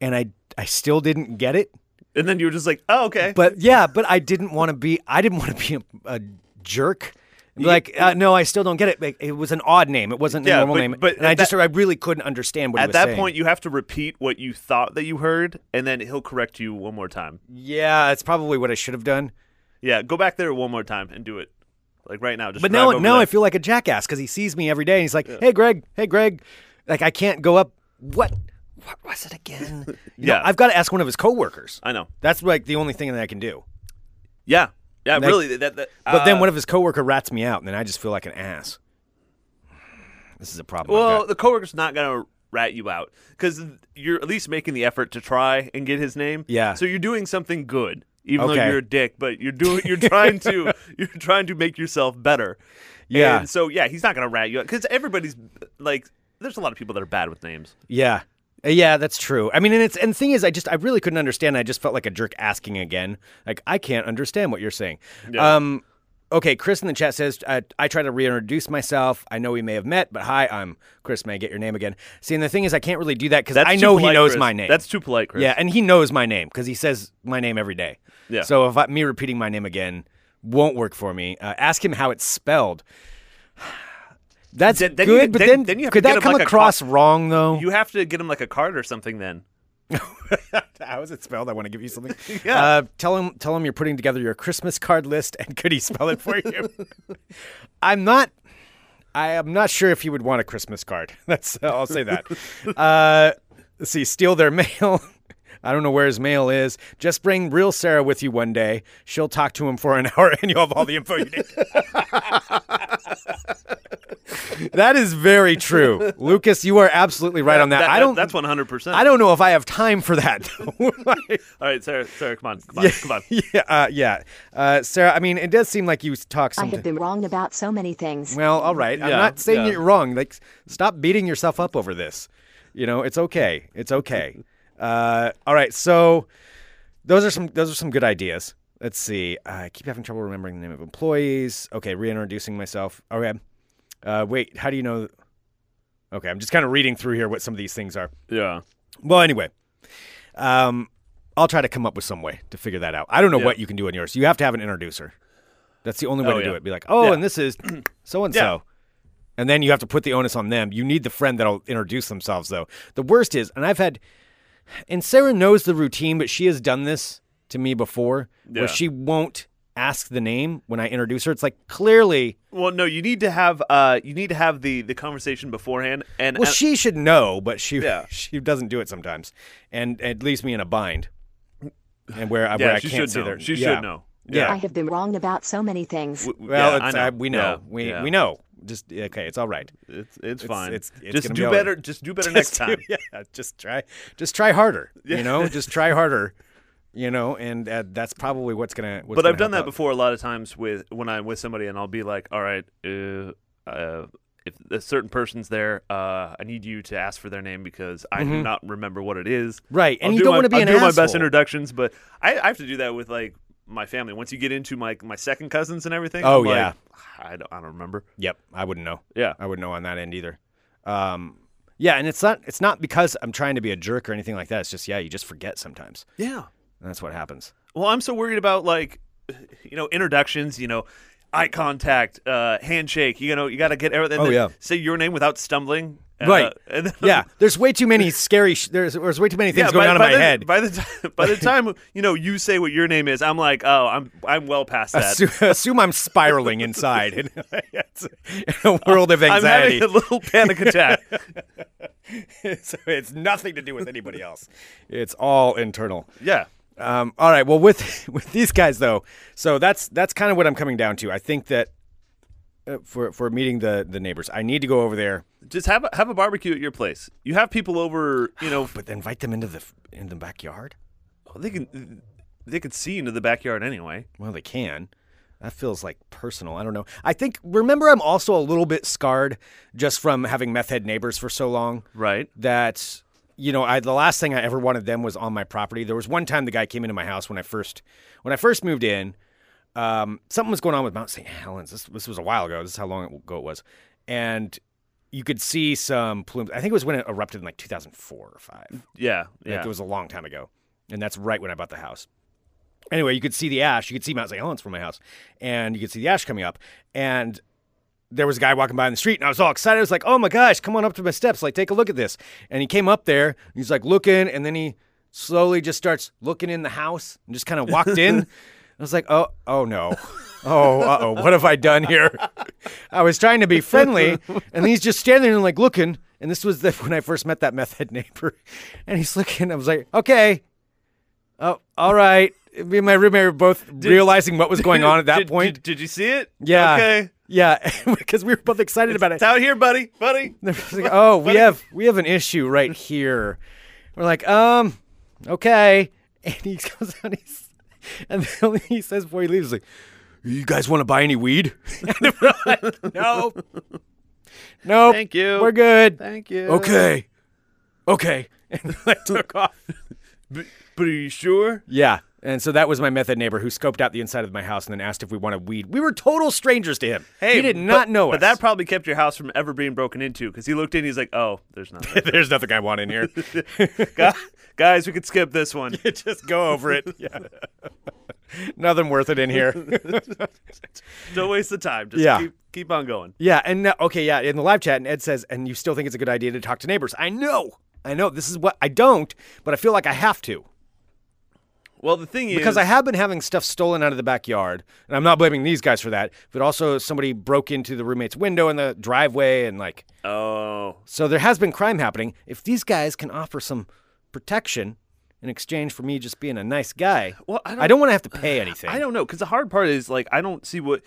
Speaker 5: and I I still didn't get it.
Speaker 6: And then you were just like, oh, okay.
Speaker 5: But yeah, but I didn't want to be. I didn't want to be a, a jerk. Like uh, no, I still don't get it. Like, it was an odd name. It wasn't
Speaker 6: Yeah,
Speaker 5: a normal
Speaker 6: but-
Speaker 5: name.
Speaker 6: but
Speaker 5: and I
Speaker 6: at
Speaker 5: just
Speaker 6: that-
Speaker 5: I really couldn't understand what he
Speaker 6: At
Speaker 5: was
Speaker 6: that
Speaker 5: saying.
Speaker 6: point, you have to repeat what you thought that you heard, and then he'll correct you one more time.
Speaker 5: yeah, that's probably what I should have done.
Speaker 6: Yeah, go back there one more time and do it, like right now. Just
Speaker 5: But
Speaker 6: drive
Speaker 5: now,
Speaker 6: over
Speaker 5: now
Speaker 6: there.
Speaker 5: I feel like a jackass because he sees me every day and he's like, "Hey, Greg. Hey, Greg." Like I can't go up. What? What was it again? You know,
Speaker 6: Yeah.
Speaker 5: I've got to ask one of his coworkers.
Speaker 6: I know.
Speaker 5: That's like the only thing that I can do.
Speaker 6: Yeah, yeah,
Speaker 5: Like-
Speaker 6: really. That, that,
Speaker 5: But
Speaker 6: uh,
Speaker 5: then, what if his coworker rats me out, and then I just feel like an ass? This is a problem. I've
Speaker 6: Well,
Speaker 5: got.
Speaker 6: the coworker's not gonna rat you out because you're at least making the effort to try and get his name.
Speaker 5: Yeah.
Speaker 6: So you're doing something good, even though
Speaker 5: Okay.
Speaker 6: you're a dick. But you're doing, you're trying to, you're trying to make yourself better.
Speaker 5: Yeah.
Speaker 6: And so yeah, he's not gonna rat you out because everybody's like, there's a lot of people that are bad with names.
Speaker 5: Yeah. Uh, Yeah, that's true. I mean, and it's and the thing is, I just I really couldn't understand. I just felt like a jerk asking again. Like I can't understand what you're saying.
Speaker 6: Yeah.
Speaker 5: Um, okay, Chris in the chat says I, I try to reintroduce myself. I know we may have met, but hi, I'm Chris. May I get your name again? See, and the thing is, I can't really do that because
Speaker 6: That's
Speaker 5: I
Speaker 6: too
Speaker 5: know he
Speaker 6: polite,
Speaker 5: knows
Speaker 6: Chris.
Speaker 5: my name.
Speaker 6: That's too polite, Chris.
Speaker 5: yeah, and he knows my name because he says my name every day.
Speaker 6: Yeah.
Speaker 5: So if I, me repeating my name again won't work for me, uh, ask him how it's spelled. That's
Speaker 6: Then- then you-
Speaker 5: good, but
Speaker 6: then-
Speaker 5: then,
Speaker 6: then you have to
Speaker 5: could
Speaker 6: get
Speaker 5: that
Speaker 6: him
Speaker 5: come
Speaker 6: like a
Speaker 5: across
Speaker 6: cop-
Speaker 5: wrong though?
Speaker 6: You have to get him like a card or something then.
Speaker 5: How is it spelled? I want to give you something.
Speaker 6: Yeah.
Speaker 5: Uh, tell him. Tell him you're putting together your Christmas card list, and could he spell it for you? I'm not. I am not sure if he would want a Christmas card. That's. I'll say that. uh, let's see. Steal their mail. I don't know where his mail is. Just bring real Sarah with you one day. She'll talk to him for an hour, and you'll have all the info you need. that is very true, Lucas. You are absolutely right on that.
Speaker 6: That-
Speaker 5: I
Speaker 6: that-
Speaker 5: don't.
Speaker 6: That's one hundred percent.
Speaker 5: I don't know if I have time for that. though.
Speaker 6: All right, Sarah. Sarah, come on, come on, come on.
Speaker 5: yeah, uh, yeah. Uh, Sarah, I mean, it does seem like you talk
Speaker 4: I have
Speaker 5: something.
Speaker 4: been wrong about so many things.
Speaker 5: Well, all right. I'm
Speaker 6: Yeah,
Speaker 5: not saying
Speaker 6: yeah.
Speaker 5: you're wrong. Like, s- stop beating yourself up over this. You know, it's okay. It's okay. uh, all right. So, those are some those are some good ideas. Let's see. I keep having trouble remembering the name of employees. Okay, reintroducing myself. Okay. Uh, wait. How do you know? Okay, I'm just kind of reading through here what some of these things are.
Speaker 6: Yeah.
Speaker 5: Well, anyway, um, I'll try to come up with some way to figure that out. I don't know
Speaker 6: Yeah.
Speaker 5: what you can do on yours. You have to have an introducer. That's the only way
Speaker 6: Oh,
Speaker 5: to do
Speaker 6: yeah.
Speaker 5: it. Be like, oh,
Speaker 6: Yeah.
Speaker 5: and this is so and so. And then you have to put the onus on them. You need the friend that'll introduce themselves, though. The worst is, and I've had, and Sarah knows the routine, but she has done this to me before
Speaker 6: Yeah.
Speaker 5: where she won't ask the name when I introduce her. It's like, clearly,
Speaker 6: Well, no, you need to have uh, you need to have the the conversation beforehand, and
Speaker 5: well,
Speaker 6: and-
Speaker 5: she should know, but she
Speaker 6: Yeah.
Speaker 5: she doesn't do it sometimes, and it leaves me in a bind, and where I, where
Speaker 6: yeah,
Speaker 5: I
Speaker 6: she
Speaker 5: can't
Speaker 6: should
Speaker 5: say
Speaker 6: know.
Speaker 5: their-
Speaker 6: She
Speaker 5: yeah.
Speaker 6: should know.
Speaker 5: Yeah.
Speaker 4: I have been wrong about so many things.
Speaker 6: W-
Speaker 5: Well,
Speaker 6: yeah,
Speaker 5: it's,
Speaker 6: I
Speaker 5: uh, we know,
Speaker 6: Yeah,
Speaker 5: we
Speaker 6: yeah.
Speaker 5: we know. Just okay, it's all right.
Speaker 6: It's it's
Speaker 5: It's-
Speaker 6: fine.
Speaker 5: it's- it's
Speaker 6: just
Speaker 5: gonna be
Speaker 6: do
Speaker 5: all right.
Speaker 6: better. Just do better next
Speaker 5: Just
Speaker 6: time.
Speaker 5: do- yeah, just try, just try harder. You know, just try harder. You know, and uh, that's probably what's gonna. What's
Speaker 6: But
Speaker 5: gonna
Speaker 6: I've done that
Speaker 5: help out.
Speaker 6: before a lot of times with when I'm with somebody, and I'll be like, "All right, uh, uh, if a certain person's there, uh, I need you to ask for their name because I do not remember what it is."
Speaker 5: Mm-hmm. Right, and
Speaker 6: I'll
Speaker 5: you
Speaker 6: do
Speaker 5: don't
Speaker 6: my-
Speaker 5: wanna be
Speaker 6: I'll
Speaker 5: an
Speaker 6: do my best
Speaker 5: asshole.
Speaker 6: introductions, but I, I have to do that with like my family. Once you get into my my second cousins and everything,
Speaker 5: Oh,
Speaker 6: I'm like, "Ah,
Speaker 5: yeah.
Speaker 6: I don't I don't remember.
Speaker 5: Yep, I wouldn't know.
Speaker 6: Yeah.
Speaker 5: I wouldn't know on that end either. Um, yeah, and it's not it's not because I'm trying to be a jerk or anything like that. It's just yeah, you just forget sometimes.
Speaker 6: Yeah.
Speaker 5: That's what happens.
Speaker 6: Well, I'm so worried about like, you know, introductions. You know, eye contact, uh, handshake. You know, you got to get everything.
Speaker 5: Oh, yeah.
Speaker 6: Say your name without stumbling. uh,
Speaker 5: Right.
Speaker 6: and then-
Speaker 5: yeah. There's way too many scary. Sh- there's, there's way too many things
Speaker 6: yeah,
Speaker 5: going
Speaker 6: by,
Speaker 5: on
Speaker 6: by
Speaker 5: in my
Speaker 6: the,
Speaker 5: head.
Speaker 6: By the time, by the time you know you say what your name is, I'm like, oh, I'm I'm well past that.
Speaker 5: Assu- assume I'm spiraling inside in, it's a world of
Speaker 6: I'm
Speaker 5: anxiety.
Speaker 6: having a little panic attack.
Speaker 5: so it's nothing to do with anybody else. It's all internal.
Speaker 6: yeah.
Speaker 5: Um, all right. Well, with with these guys though, so that's that's kind of what I'm coming down to. I think that uh, for for meeting the the neighbors, I need to go over there,
Speaker 6: Just have a, have a barbecue at your place. You have people over, you know,
Speaker 5: but invite them into the f- in the backyard.
Speaker 6: they can they can see into the backyard anyway.
Speaker 5: Well, they can. That feels like personal. I don't know. I think remember I'm also a little bit scarred just from having meth head neighbors for so long.
Speaker 6: Right.
Speaker 5: That you know, I the last thing I ever wanted them was on my property. There was one time the guy came into my house when I first when I first moved in. Um, something was going on with Mount St. Helens. This this was a while ago. This is how long ago it was, and you could see some plumes. I think it was when it erupted in like 2004 or five.
Speaker 6: Yeah.
Speaker 5: Like,
Speaker 6: Yeah.
Speaker 5: it was a long time ago. And that's right when I bought the house. Anyway, you could see the ash. You could see Mount St. Helens from my house. And you could see the ash coming up. And there was a guy walking by in the street, and I was all excited. I was like, oh my gosh, come on up to my steps. Like, take a look at this. And he came up there, and he's like looking, and then he slowly just starts looking in the house and just kind of walked in. I was like, oh, oh no. Oh, uh oh. What have I done here? I was trying to be friendly, and he's just standing there and like looking. And this was the, when I first met that meth head neighbor. And he's looking, I was like, okay. Oh, all right. Me and my roommate were both realizing what was going on at that
Speaker 6: Did-
Speaker 5: point.
Speaker 6: Did, did you see it?
Speaker 5: Yeah.
Speaker 6: Okay.
Speaker 5: Yeah, because we were both excited about it.
Speaker 6: It's out here, buddy. Buddy.
Speaker 5: They're just like, oh, we have we have an issue right here. We're like, um, okay. And he goes out, he's, and the only thing he says before he leaves is like, "You guys want to buy any weed?" And we're like, no, no,
Speaker 6: Thank you.
Speaker 5: we're good.
Speaker 6: Thank you.
Speaker 5: Okay, okay. And I took off.
Speaker 6: But, but are you sure?
Speaker 5: Yeah. And so that was my method neighbor who scoped out the inside of my house and then asked if we wanted weed. We were total strangers to him. he did
Speaker 6: but,
Speaker 5: not know
Speaker 6: But
Speaker 5: us.
Speaker 6: that probably kept your house from ever being broken into because he looked in. He's like, oh, there's nothing.
Speaker 5: There's nothing I want in here.
Speaker 6: Guy- Guys, we could skip this one.
Speaker 5: Just go over it. Yeah. Nothing worth it in here.
Speaker 6: Don't waste the time. Just
Speaker 5: Yeah.
Speaker 6: keep, keep on going.
Speaker 5: yeah, and now, okay, yeah, in the live chat, and Ed says, and you still think it's a good idea to talk to neighbors. I know. I know. This is what I don't, but I feel like I have to.
Speaker 6: Well, the thing is,
Speaker 5: Because I have been having stuff stolen out of the backyard, and I'm not blaming these guys for that, but also somebody broke into the roommate's window in the driveway, and like,
Speaker 6: oh,
Speaker 5: so there has been crime happening. If these guys can offer some protection in exchange for me just being a nice guy,
Speaker 6: Well, I don't-
Speaker 5: I don't want to have to pay anything.
Speaker 6: I don't know because the hard part is like I don't see what.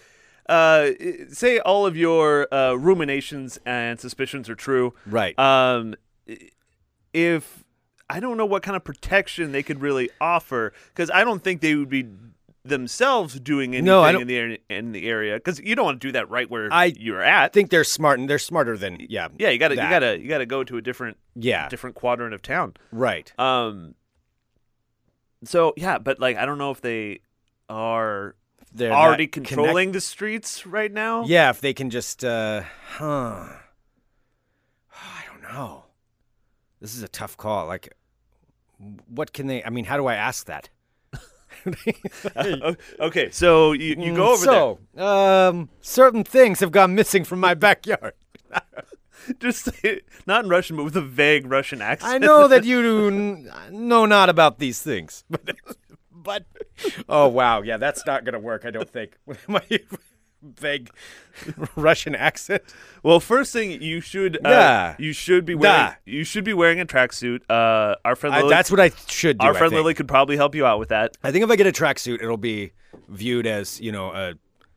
Speaker 6: Uh, i- say all of your uh, ruminations and suspicions are true.
Speaker 5: Right.
Speaker 6: Um, i- if I don't know what kind of protection they could really offer because I don't think they would be themselves doing anything
Speaker 5: No, I
Speaker 6: in the area, in the area because you don't want to do that right where
Speaker 5: I
Speaker 6: you're at.
Speaker 5: I think they're smart and they're smarter than yeah.
Speaker 6: yeah, you gotta
Speaker 5: that.
Speaker 6: you gotta you gotta go to a different
Speaker 5: Yeah.
Speaker 6: different quadrant of town.
Speaker 5: right.
Speaker 6: Um. So yeah, but like I don't know if they are
Speaker 5: They're not
Speaker 6: already
Speaker 5: connect-
Speaker 6: controlling the streets right now.
Speaker 5: yeah, if they can just uh huh. I don't know. This is a tough call. Like what can they I mean, how do I ask that?
Speaker 6: O- okay, so you, you go over
Speaker 5: Mm, so, um certain things have gone missing from my backyard.
Speaker 6: there, just say- not in Russian, but with a vague Russian accent.
Speaker 5: I know that you do n- know not about these things, but, but oh wow, yeah, that's not gonna work. I don't think my vague Russian accent.
Speaker 6: Well, first thing you should uh,
Speaker 5: Nah.
Speaker 6: you should be wearing
Speaker 5: Nah.
Speaker 6: you should be wearing a tracksuit. Uh, our friend
Speaker 5: I,
Speaker 6: Lily,
Speaker 5: that's what I should do.
Speaker 6: our
Speaker 5: I
Speaker 6: friend
Speaker 5: think.
Speaker 6: Lily could probably help you out with that.
Speaker 5: I think if I get a tracksuit, it'll be viewed as you know, uh,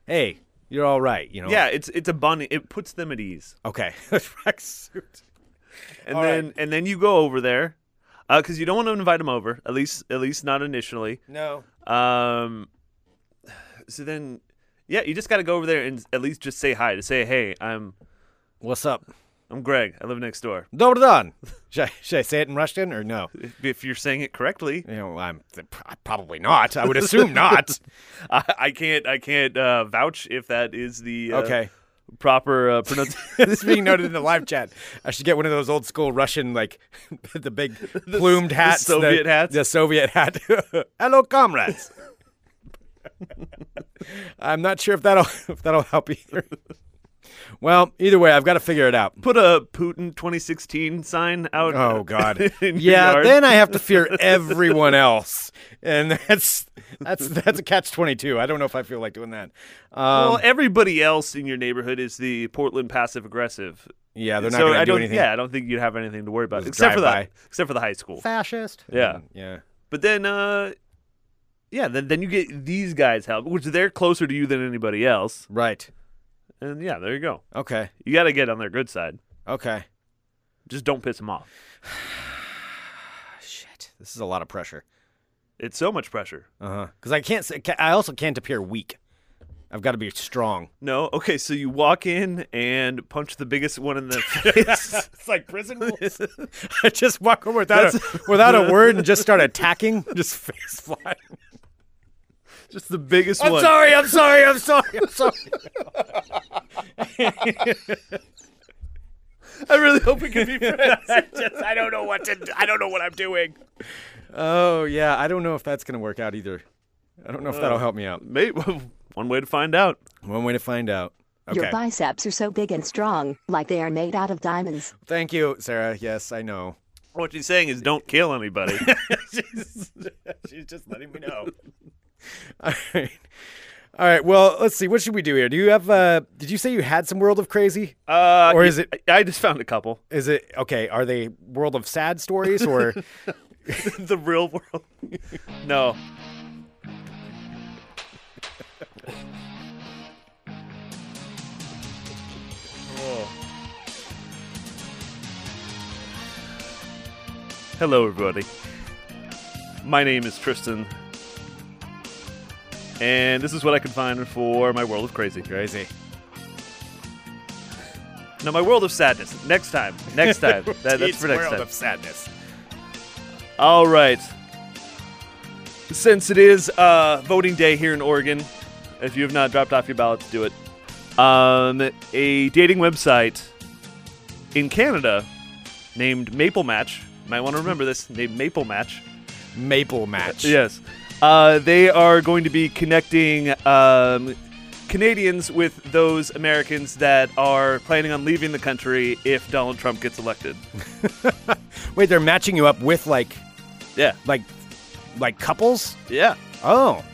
Speaker 5: hey, you're all right. You know.
Speaker 6: Yeah, it's it's a bun. It puts them at ease.
Speaker 5: Okay. tracksuit.
Speaker 6: and
Speaker 5: All right.
Speaker 6: then and then you go over there because you don't want to invite them over at least at least not initially
Speaker 5: No.
Speaker 6: um so then yeah you just got to go over there and at least just say hi to say hey i'm
Speaker 5: What's up?
Speaker 6: i'm greg i live next door
Speaker 5: Добрый день. Should I, should I say it in Russian or no? You
Speaker 6: if, if you're saying it correctly
Speaker 5: know, I'm pr- probably not. I would assume not.
Speaker 6: i, I can't i can't uh, vouch if that is the uh,
Speaker 5: Okay.
Speaker 6: proper uh, pronunciation
Speaker 5: this is being noted in the live chat. I should get one of those old school Russian, like the big plumed hats, the-
Speaker 6: Soviet hats?
Speaker 5: the Soviet hat. Hello, comrades. I'm not sure if that'll if that'll help either. Well, either way, I've got to figure it out.
Speaker 6: Put a Putin 2016 sign out.
Speaker 5: Oh God.
Speaker 6: in your
Speaker 5: yeah,
Speaker 6: yard.
Speaker 5: then I have to fear everyone else, and that's that's that's a catch twenty two. I don't know if I feel like doing that. Um,
Speaker 6: well, everybody else in your neighborhood is the Portland passive aggressive.
Speaker 5: yeah, they're not
Speaker 6: so
Speaker 5: going
Speaker 6: I
Speaker 5: to do
Speaker 6: don't,
Speaker 5: anything.
Speaker 6: Yeah, I don't think you'd have anything to worry about
Speaker 5: Those
Speaker 6: except for that,
Speaker 5: drive-by.
Speaker 6: except for the high school.
Speaker 5: fascist.
Speaker 6: Yeah.
Speaker 5: yeah.
Speaker 6: But then, uh, yeah, then then you get these guys help, which they're closer to you than anybody else.
Speaker 5: Right.
Speaker 6: And yeah, there you go.
Speaker 5: Okay.
Speaker 6: You got to get on their good side.
Speaker 5: Okay.
Speaker 6: Just don't piss them off.
Speaker 5: Shit, this is a lot of pressure.
Speaker 6: It's so much pressure.
Speaker 5: Uh huh. Because I can't. say- ca- I also can't appear weak. I've got to be strong.
Speaker 6: No, okay, so you walk in and punch the biggest one in the face.
Speaker 5: It's like prison rules. I just walk over without a, without a word and just start attacking. Just face flying.
Speaker 6: Just the biggest
Speaker 5: I'm
Speaker 6: one.
Speaker 5: sorry. I'm sorry. I'm sorry. I'm sorry.
Speaker 6: I really hope we can be friends.
Speaker 5: just, I don't know what to. I don't know what I'm doing. Oh yeah, I don't know if that's gonna work out either. I don't know if that'll help me out.
Speaker 6: Mate, one way to find out.
Speaker 5: One way to find out. Okay.
Speaker 4: Your biceps are so big and strong, like they are made out of diamonds.
Speaker 5: Thank you, Sarah. Yes, I know.
Speaker 6: What she's saying is don't kill anybody.
Speaker 5: she's, she's just letting me know. All right. All right. Well, let's see. What should we do here? Do you have? Uh, did you say you had some World of Crazy?
Speaker 6: Uh,
Speaker 5: Or is it-
Speaker 6: I, I just found a couple.
Speaker 5: Is it okay? Are they World of Sad stories or?
Speaker 6: the real world. no. Hello, everybody. My name is Tristan, and this is what I can find for my world of crazy.
Speaker 5: Crazy.
Speaker 6: Now, my world of sadness. Next time. Next time. That- that's
Speaker 5: It's
Speaker 6: for next
Speaker 5: World
Speaker 6: time.
Speaker 5: of Sadness.
Speaker 6: All right. Since it is uh, voting day here in Oregon, if you have not dropped off your ballots, do it. Um, a dating website in Canada named Maple Match. You might want to remember this. Named Maple Match.
Speaker 5: Maple match.
Speaker 6: Yes. Uh, they are going to be connecting um, Canadians with those Americans that are planning on leaving the country if Donald Trump gets elected.
Speaker 5: Wait, they're matching you up with like
Speaker 6: Yeah.
Speaker 5: like like couples.
Speaker 6: Yeah.
Speaker 5: Oh.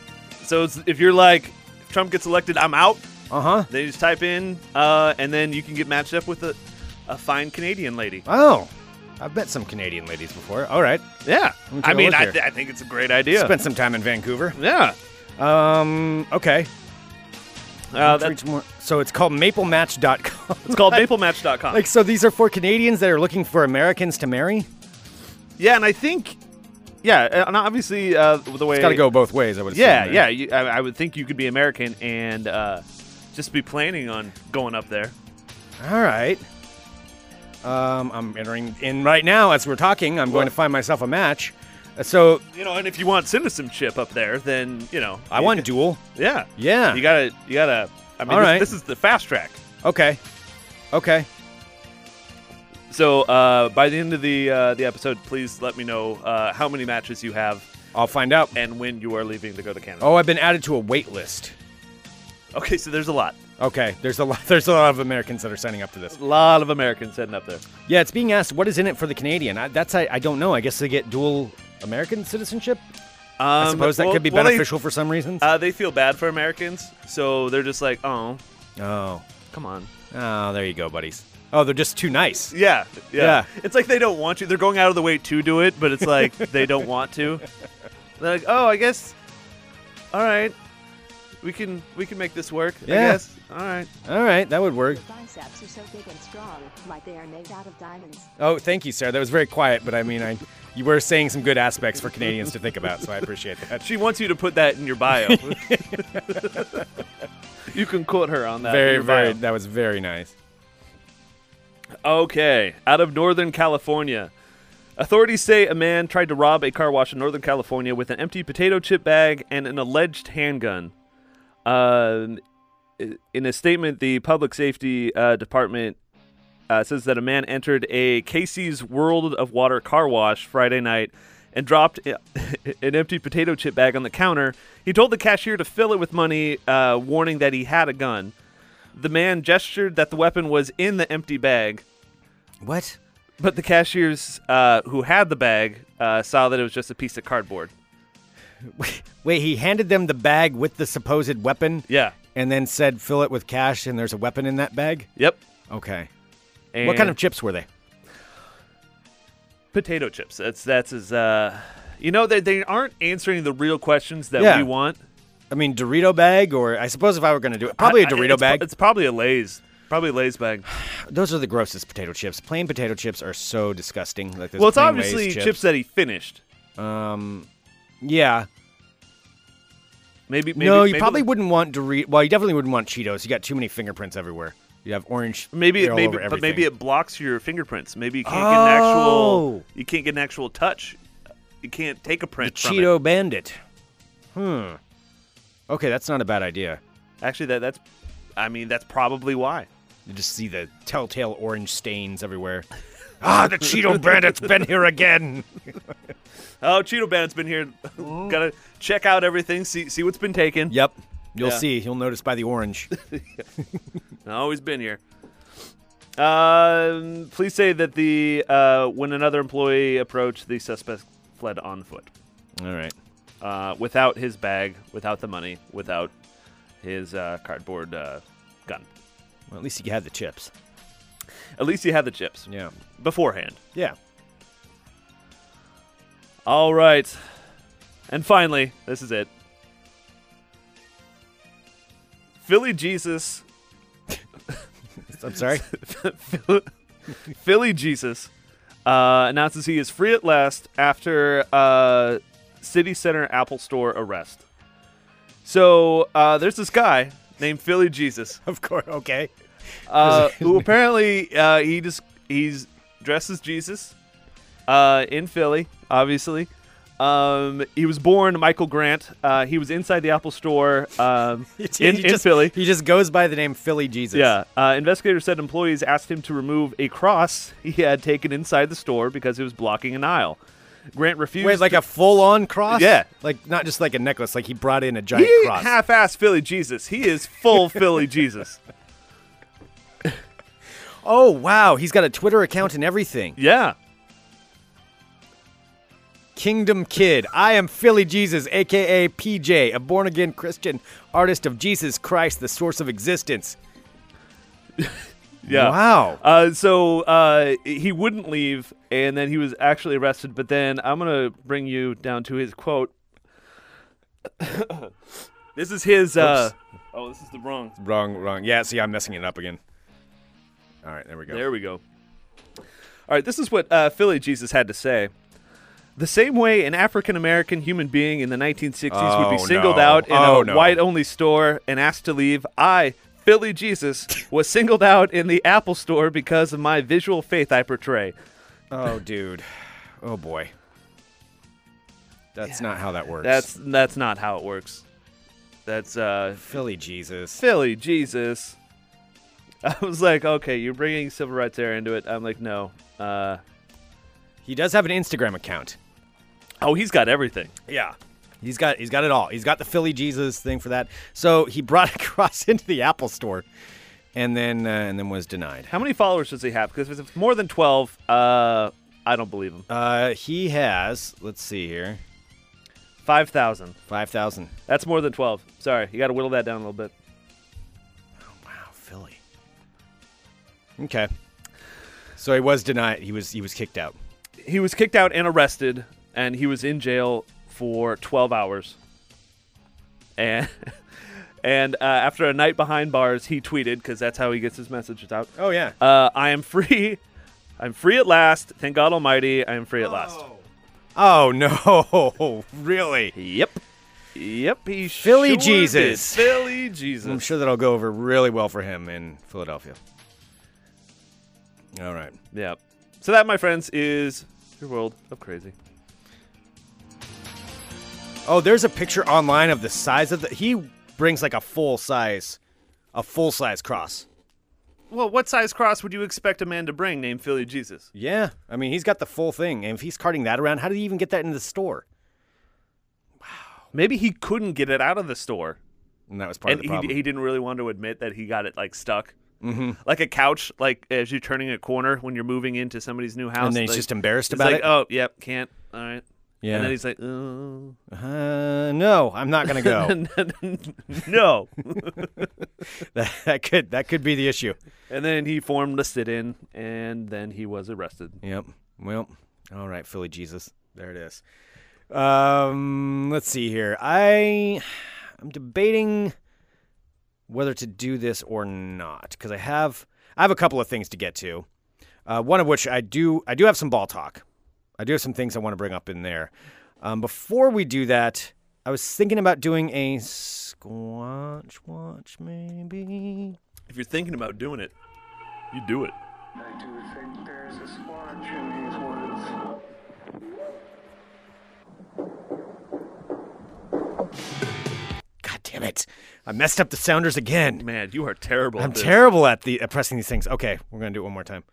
Speaker 6: So it's, if you're like, if Trump gets elected, I'm out.
Speaker 5: Uh huh.
Speaker 6: Then you just type in, uh, and then you can get matched up with a, a fine Canadian lady.
Speaker 5: Oh. I've met some Canadian ladies before. All right.
Speaker 6: Yeah,
Speaker 5: me take
Speaker 6: I
Speaker 5: a
Speaker 6: mean,
Speaker 5: look
Speaker 6: I,
Speaker 5: here.
Speaker 6: th- I think it's a great idea.
Speaker 5: Spent some time in Vancouver.
Speaker 6: yeah,
Speaker 5: Um. Okay.
Speaker 6: uh, that's,
Speaker 5: Let's reach more- So it's called MapleMatch.com.
Speaker 6: it's called MapleMatch.com.
Speaker 5: Like, so these are for Canadians that are looking for Americans to marry? It's
Speaker 6: yeah, and I think, yeah, and obviously uh, the way
Speaker 5: got to go both ways, I would
Speaker 6: Yeah,
Speaker 5: assume,
Speaker 6: yeah,
Speaker 5: right?
Speaker 6: you, I, I would think you could be American and uh, just be planning on going up there.
Speaker 5: All right. Um, I'm entering in right now as we're talking. I'm going to find myself a match. Uh, So
Speaker 6: You know, and if you want citizenship up there, then you know,
Speaker 5: I want dual.
Speaker 6: Yeah,
Speaker 5: Yeah.
Speaker 6: you gotta, you gotta. I mean,
Speaker 5: All
Speaker 6: this-
Speaker 5: right.
Speaker 6: this is the fast track.
Speaker 5: Okay. Okay.
Speaker 6: So uh, by the end of the uh, the episode, please let me know uh, how many matches you have
Speaker 5: I'll find out.
Speaker 6: and when you are leaving to go to Canada.
Speaker 5: Oh, I've been added to a wait list. Oh.
Speaker 6: Okay, so there's a lot,
Speaker 5: Okay. There's a lot. There's a lot of Americans that are signing up to this.
Speaker 6: a lot of Americans heading up there.
Speaker 5: Yeah, it's being asked what is in it for the Canadian. I, that's I, I don't know. I guess they get dual American citizenship.
Speaker 6: Um,
Speaker 5: I suppose that
Speaker 6: well-
Speaker 5: could be
Speaker 6: well, they-
Speaker 5: beneficial for some reasons.
Speaker 6: uh, they feel bad for Americans, so they're just like, oh,
Speaker 5: oh.
Speaker 6: come on.
Speaker 5: Oh, there you go, buddies. Oh, they're just too nice.
Speaker 6: Yeah, yeah,
Speaker 5: Yeah.
Speaker 6: It's like they don't want you. They're going out of the way to do it, but it's like they don't want to. They're like, oh, I guess. All right, we can we can make this work. I
Speaker 5: Yeah.
Speaker 6: guess. All right.
Speaker 5: All right, that would work.
Speaker 4: Your biceps are so big and strong, like they are made out of diamonds.
Speaker 5: Oh, thank you, Sarah. That was very quiet, but I mean, I you were saying some good aspects for Canadians to think about, so I appreciate that.
Speaker 6: She wants you to put that in your bio. you can quote her on that. in
Speaker 5: Very,
Speaker 6: your
Speaker 5: very.
Speaker 6: bio.
Speaker 5: That was very nice.
Speaker 6: Okay. Out of Northern California. Authorities say a man tried to rob a car wash in Northern California with an empty potato chip bag and an alleged handgun. Um, i- in a statement, the Public Safety uh, Department uh, says that a man entered a Casey's World of Water car wash Friday night and dropped i- an empty potato chip bag on the counter. He told the cashier to fill it with money, uh, warning that he had a gun. The man gestured that the weapon was in the empty bag,
Speaker 5: What?
Speaker 6: but the cashiers uh, who had the bag uh, saw that it was just a piece of cardboard.
Speaker 5: Wait, he handed them the bag with the supposed weapon
Speaker 6: Yeah.
Speaker 5: and then said, fill it with cash and there's a weapon in that bag?
Speaker 6: Yep.
Speaker 5: Okay.
Speaker 6: And
Speaker 5: What kind of chips were they?
Speaker 6: potato chips? That's that's as uh, you know they they aren't answering the real questions that
Speaker 5: Yeah.
Speaker 6: we want.
Speaker 5: I mean, Dorito bag, or I suppose if I were going to do it, probably a
Speaker 6: I- I-
Speaker 5: Dorito
Speaker 6: it's pro-
Speaker 5: bag.
Speaker 6: It's probably a Lay's. Probably a Lay's bag.
Speaker 5: Those are the grossest potato chips. Plain potato chips are so disgusting. Like those
Speaker 6: well, it's
Speaker 5: plain
Speaker 6: obviously
Speaker 5: Lay's
Speaker 6: chips. that he finished.
Speaker 5: Um, yeah.
Speaker 6: Maybe, maybe
Speaker 5: no, you
Speaker 6: maybe
Speaker 5: probably
Speaker 6: like-
Speaker 5: wouldn't want Dorito. Well, you definitely wouldn't want Cheetos. You got too many fingerprints everywhere. You have orange.
Speaker 6: Maybe
Speaker 5: all
Speaker 6: it, maybe,
Speaker 5: over
Speaker 6: but maybe
Speaker 5: everything.
Speaker 6: it blocks your fingerprints. Maybe you can't get an actual.
Speaker 5: Oh.
Speaker 6: You can't get an actual touch. You can't take a
Speaker 5: the
Speaker 6: print. from it.
Speaker 5: Cheeto Bandit. Hmm. Okay, that's not a bad idea.
Speaker 6: Actually, that that's. I mean, that's probably why.
Speaker 5: You just see the telltale orange stains everywhere. ah, the Cheeto Bandit's been here again.
Speaker 6: Oh, Cheeto Bandit's been here. Gotta check out everything. See see what's been taken.
Speaker 5: Yep. You'll
Speaker 6: Yeah.
Speaker 5: see. You'll notice by the orange.
Speaker 6: Always been here. Um, police say that the uh, when another employee approached, the suspect fled on foot,
Speaker 5: All right.
Speaker 6: uh, without his bag, without the money, without his uh, cardboard uh, gun.
Speaker 5: Well, at least you had the chips.
Speaker 6: At least he had the chips
Speaker 5: Yeah.
Speaker 6: beforehand.
Speaker 5: Yeah.
Speaker 6: All right, and finally, this is it. Philly Jesus,
Speaker 5: I'm sorry.
Speaker 6: Philly Jesus, uh, announces he is free at last after uh, city center Apple Store arrest. So uh, there's this guy named Philly Jesus
Speaker 5: of course. Okay.
Speaker 6: uh, who apparently uh, he just he's dressed as Jesus uh, in Philly, obviously. Um, he was born Michael Grant. Uh, he was inside the Apple Store um, in,
Speaker 5: he
Speaker 6: in
Speaker 5: just,
Speaker 6: Philly.
Speaker 5: He just goes by the name Philly Jesus.
Speaker 6: Yeah. Uh, investigators said employees asked him to remove a cross he had taken inside the store because it was blocking an aisle. Grant refused.
Speaker 5: Wait, like
Speaker 6: to-
Speaker 5: a full-on cross?
Speaker 6: Yeah.
Speaker 5: Like not just like a necklace. Like he brought in a
Speaker 6: he
Speaker 5: giant
Speaker 6: ain't
Speaker 5: cross.
Speaker 6: half-ass Philly Jesus. He is full Philly Jesus.
Speaker 5: oh wow, he's got a Twitter account and everything.
Speaker 6: Yeah.
Speaker 5: Kingdom Kid. I am Philly Jesus, aka PJ, a born-again Christian artist of Jesus Christ, the source of existence.
Speaker 6: Yeah.
Speaker 5: Wow.
Speaker 6: Uh, so uh, he wouldn't leave, and then he was actually arrested. But then I'm gonna bring you down to his quote. this is his. Uh, oh, this is the wrong.
Speaker 5: Wrong, wrong. Yeah, see, I'm messing it up again. All right, there we go.
Speaker 6: There we go. All right, this is what uh, Philly Jesus had to say. The same way an African American human being in the 1960s would
Speaker 5: Oh,
Speaker 6: be singled
Speaker 5: no.
Speaker 6: out in
Speaker 5: Oh,
Speaker 6: a
Speaker 5: no.
Speaker 6: white only store and asked to leave, I, Philly Jesus, was singled out in the Apple store because of my visual faith I portray.
Speaker 5: Oh, dude. Oh boy. That's not how that works.
Speaker 6: That's that's not how it works. That's uh
Speaker 5: Philly Jesus.
Speaker 6: Philly Jesus. I was like, okay, you're bringing civil rights era into it. I'm like, no. Uh,
Speaker 5: He does have an Instagram account.
Speaker 6: oh, he's got everything.
Speaker 5: Yeah. He's got he's got it all. He's got the Philly Jesus thing for that. So he brought a cross into the Apple store and then uh, and then was denied.
Speaker 6: How many followers does he have? Because if it's more than twelve, uh, I don't believe him.
Speaker 5: Uh, he has, let's see here,
Speaker 6: Five thousand.
Speaker 5: 5,000.
Speaker 6: That's more than twelve. Sorry, you got to whittle that down a little bit.
Speaker 5: Wow, Philly. Okay. So he was denied. He was he was kicked out.
Speaker 6: He was kicked out and arrested, and he was in jail for twelve hours. And and uh, after a night behind bars, he tweeted because that's how he gets his messages out.
Speaker 5: Oh yeah.
Speaker 6: Uh, I am free. I'm free at last. Thank God Almighty, I am free at last.
Speaker 5: Oh no. really?
Speaker 6: Yep. Yep. He
Speaker 5: Philly
Speaker 6: sure did.
Speaker 5: Jesus.
Speaker 6: Philly
Speaker 5: I'm
Speaker 6: Jesus.
Speaker 5: sure that'll go over really well for him in Philadelphia. All right.
Speaker 6: Yep. So that, my friends, is your world of crazy.
Speaker 5: Oh, there's a picture online of the size of the. He brings like a full size, a full size cross.
Speaker 6: Well, what size cross would you expect a man to bring named Philly Jesus?
Speaker 5: Yeah, I mean he's got the full thing, and if he's carting that around, how did he even get that into the store?
Speaker 6: Maybe he couldn't get it out of the store.
Speaker 5: and that was part
Speaker 6: and
Speaker 5: of the
Speaker 6: he,
Speaker 5: problem.
Speaker 6: he didn't really want to admit that he got it like stuck. Mm-hmm. Like a couch, like as you're turning a corner when you're moving into somebody's new house,
Speaker 5: then he's
Speaker 6: like-
Speaker 5: just embarrassed
Speaker 6: he's
Speaker 5: about
Speaker 6: like,
Speaker 5: it?
Speaker 6: Oh, yep, can't. All right.
Speaker 5: Yeah.
Speaker 6: And then he's like, "Uh,
Speaker 5: uh, no, I'm not going to go.
Speaker 6: no.
Speaker 5: that, that could that could be the issue.
Speaker 6: and then he formed a sit-in, and then he was arrested.
Speaker 5: Yep. Well, all right, Philly Jesus. There it is. Um, let's see here. I I'm debating whether to do this or not because I have I have a couple of things to get to. Uh, one of which I do I do have some ball talk. I do have some things I want to bring up in there. Um, before we do that, I was thinking about doing a squatch watch maybe.
Speaker 6: If you're thinking about doing it, you do it.
Speaker 7: I do think there's a squatch in these woods.
Speaker 5: God damn it! I messed up the sounders again.
Speaker 6: Man, you are terrible. at
Speaker 5: I'm
Speaker 6: this.
Speaker 5: terrible at the at pressing these things. Okay, we're gonna do it one more time.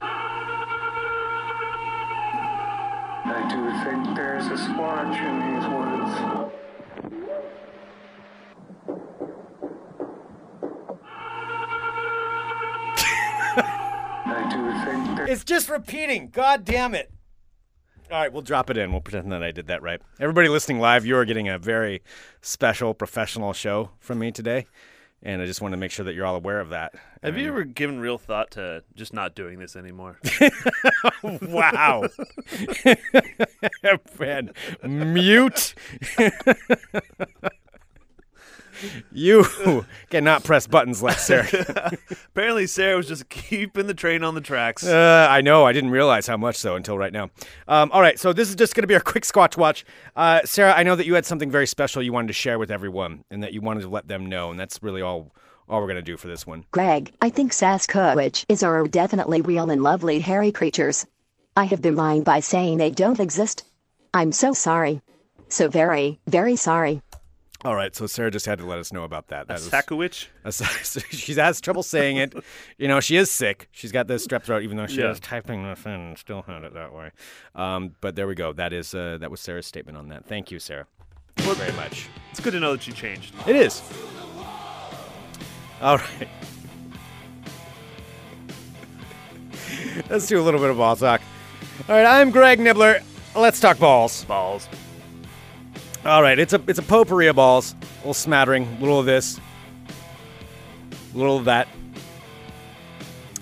Speaker 7: I do think there's a squatch in these woods. I do think there-
Speaker 5: It's just repeating. God damn it! All right, we'll drop it in. We'll pretend that I did that right. Everybody listening live, you are getting a very special professional show from me today, and I just want to make sure that you're all aware of that.
Speaker 6: Have you ever given real thought to just not doing this anymore?
Speaker 5: Wow, man, mute. you cannot press buttons like Sarah.
Speaker 6: Apparently, Sarah was just keeping the train on the tracks.
Speaker 5: Uh, I know. I didn't realize how much, though, until right now. Um, all right. So this is just going to be our quick Squatch Watch. Uh, Sarah, I know that you had something very special you wanted to share with everyone and that you wanted to let them know. And that's really all all we're going to do for this one.
Speaker 4: Greg, I think Sasquatch is are definitely real and lovely hairy creatures. I have been lying by saying they don't exist. I'm so sorry. So very, very sorry.
Speaker 5: All right. So Sarah just had to let us know about that. That is-
Speaker 6: Sakowicz?
Speaker 5: that's- she's has trouble saying it. You know, she is sick. She's got the strep throat, even though she
Speaker 6: Yeah.
Speaker 5: was typing this in and still had it that way. Um, but there we go. That is uh, that was Sarah's statement on that. Thank you, Sarah. Thank you very much.
Speaker 6: It's good to know that you changed.
Speaker 5: It is. All right. Let's do a little bit of ball talk. All right, I'm Greg Nibbler. Let's talk balls.
Speaker 6: Balls.
Speaker 5: All right, it's a it's a potpourri of balls, a little smattering, a little of this, a little of that.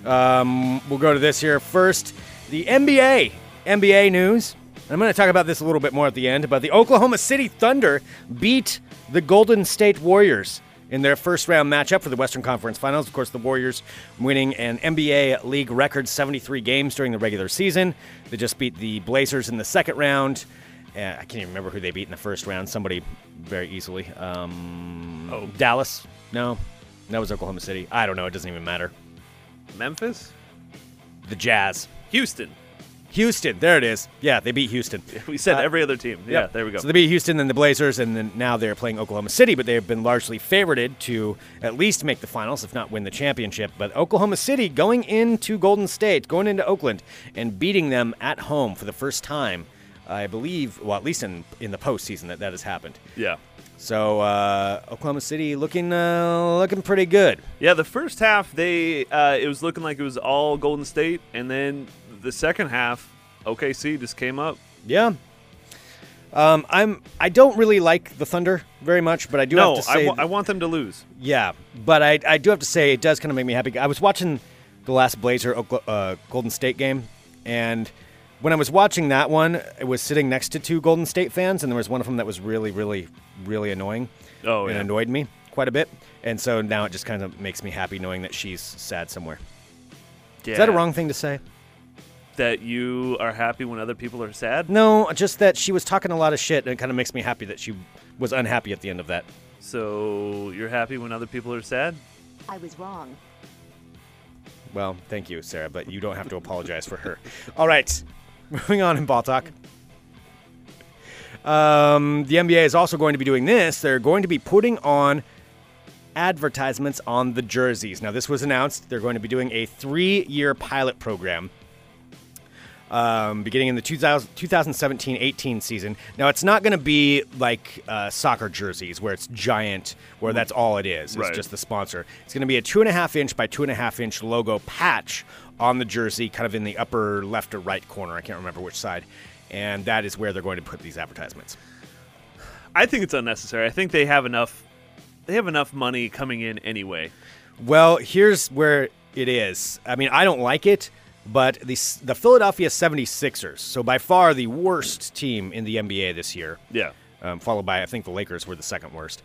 Speaker 5: Um, we'll go to this here first. The NBA, NBA news. I'm going to talk about this a little bit more at the end, but the Oklahoma City Thunder beat the Golden State Warriors in their first round matchup for the Western Conference Finals. Of course, the Warriors winning an NBA league record 73 games during the regular season. They just beat the Blazers in the second round. Uh, I can't even remember who they beat in the first round. Somebody very easily. Um, oh, Dallas? No, that was Oklahoma City. I don't know. It doesn't even matter.
Speaker 6: Memphis?
Speaker 5: The Jazz.
Speaker 6: Houston.
Speaker 5: Houston, there it is. Yeah, they beat Houston.
Speaker 6: We said
Speaker 5: Uh,
Speaker 6: every other team. Yeah, there we go.
Speaker 5: So they beat Houston, then the Blazers, and then now they're playing Oklahoma City, but they have been largely favorited to at least make the finals, if not win the championship. But Oklahoma City going into Golden State, going into Oakland, and beating them at home for the first time, I believe, well, at least in, in the postseason that that has happened.
Speaker 6: yeah.
Speaker 5: So uh, Oklahoma City looking uh, looking pretty good.
Speaker 6: Yeah, the first half they uh, it was looking like it was all Golden State, and then the second half, OKC just came up.
Speaker 5: Yeah. Um, I'm I don't really like the Thunder very much, but I do
Speaker 6: no,
Speaker 5: have to
Speaker 6: I
Speaker 5: say
Speaker 6: wa- I want them to lose.
Speaker 5: Yeah, but I, I do have to say it does kind of make me happy. I was watching the last Blazer Okla- uh, Golden State game, and when I was watching that one, I was sitting next to two Golden State fans, and there was one of them that was really, really, really annoying.
Speaker 6: Oh,
Speaker 5: and
Speaker 6: yeah.
Speaker 5: annoyed me quite a bit. And so now it just kind of makes me happy knowing that she's sad somewhere. Is that a
Speaker 6: Yeah.
Speaker 5: wrong thing to say?
Speaker 6: That you are happy when other people are sad.
Speaker 5: No, just that she was talking a lot of shit, and it kind of makes me happy that she was unhappy at the end of that.
Speaker 6: So you're happy when other people are sad.
Speaker 4: I was wrong.
Speaker 5: Well, thank you, Sarah, but you don't have to apologize for her. All right, moving on in ball talk. Um, the NBA is also going to be doing this. They're going to be putting on advertisements on the jerseys. Now, this was announced. They're going to be doing a three year pilot program um, beginning in the 2000, 2017-18 season. Now it's not going to be like uh, soccer jerseys where it's giant, where that's all it is. It's
Speaker 6: Right.
Speaker 5: just the sponsor. It's going to be a two and a half inch by two and a half inch logo patch on the jersey, kind of in the upper left or right corner. I can't remember which side. And that is where they're going to put these advertisements.
Speaker 6: I think it's unnecessary. I think they have enough. They have enough money coming in anyway.
Speaker 5: Well, here's where it is. I mean, I don't like it, but the the Philadelphia 76ers, so by far the worst team in the NBA this year.
Speaker 6: Yeah.
Speaker 5: Um, followed by I think the Lakers were the second worst.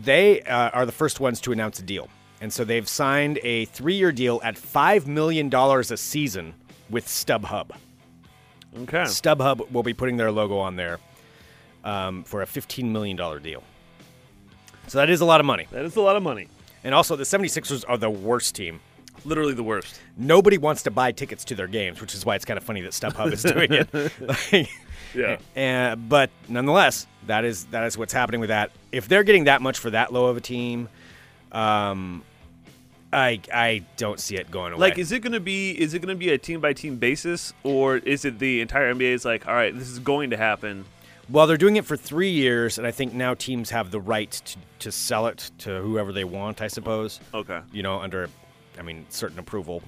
Speaker 5: They uh, are the first ones to announce a deal. And so they've signed a 3-year deal at 5 million dollars a season with StubHub.
Speaker 6: Okay.
Speaker 5: StubHub will be putting their logo on there um, for a 15 million dollar deal. So that is a lot of money.
Speaker 6: That is a lot of money.
Speaker 5: And also the 76ers are the worst team.
Speaker 6: Literally the worst.
Speaker 5: nobody wants to buy tickets to their games, which is why it's kind of funny that StubHub is doing it. Like,
Speaker 6: Yeah.
Speaker 5: eh, but nonetheless, that is that is what's happening with that. If they're getting that much for that low of a team, um, I I don't see it going away.
Speaker 6: Like, is it gonna be? Is it gonna be a team by team basis, or is it the entire NBA is like, all right, this is going to happen?
Speaker 5: well, they're doing it for three years, and I think now teams have the right to, to sell it to whoever they want. I suppose.
Speaker 6: Okay.
Speaker 5: You know, under, I mean, certain approval.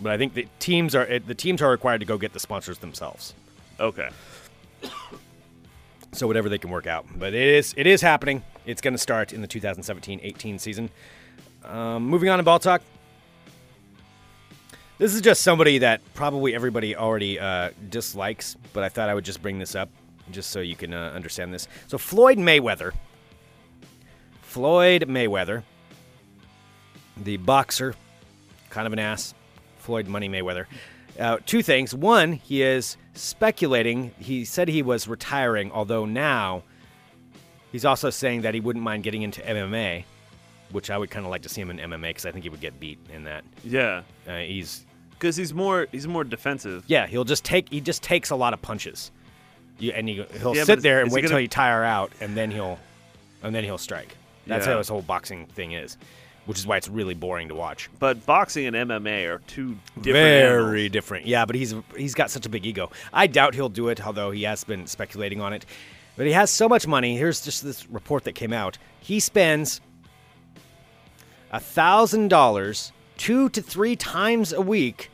Speaker 5: But I think the teams are eh, the teams are required to go get the sponsors themselves.
Speaker 6: Okay.
Speaker 5: so whatever they can work out. But it is it is happening. It's going to start in the 2017-18 season. Um, moving on to ball talk. This is just somebody that probably everybody already uh, dislikes, but I thought I would just bring this up just so you can uh, understand this. So Floyd Mayweather, Floyd Mayweather, the boxer, kind of an ass, Floyd Money Mayweather. Uh, two things. One, he is speculating. He said he was retiring, although now he's also saying that he wouldn't mind getting into MMA, which I would kind of like to see him in MMA because I think he would get beat in that.
Speaker 6: Yeah.
Speaker 5: Uh, he's
Speaker 6: Because he's more. He's more defensive.
Speaker 5: yeah, he'll just take he just takes a lot of punches, you, and he, he'll
Speaker 6: Yeah, but
Speaker 5: sit
Speaker 6: is-
Speaker 5: there and
Speaker 6: is he
Speaker 5: wait
Speaker 6: gonna-
Speaker 5: till you tire out, and then he'll and then he'll strike. That's
Speaker 6: Yeah.
Speaker 5: how his whole boxing thing is, which is why it's really boring to watch.
Speaker 6: But boxing and MMA are two different.
Speaker 5: Very
Speaker 6: animals.
Speaker 5: different. Yeah, but he's he's got such a big ego. I doubt he'll do it, although he has been speculating on it. But he has so much money. Here's just this report that came out. He spends a thousand dollars two to three times a week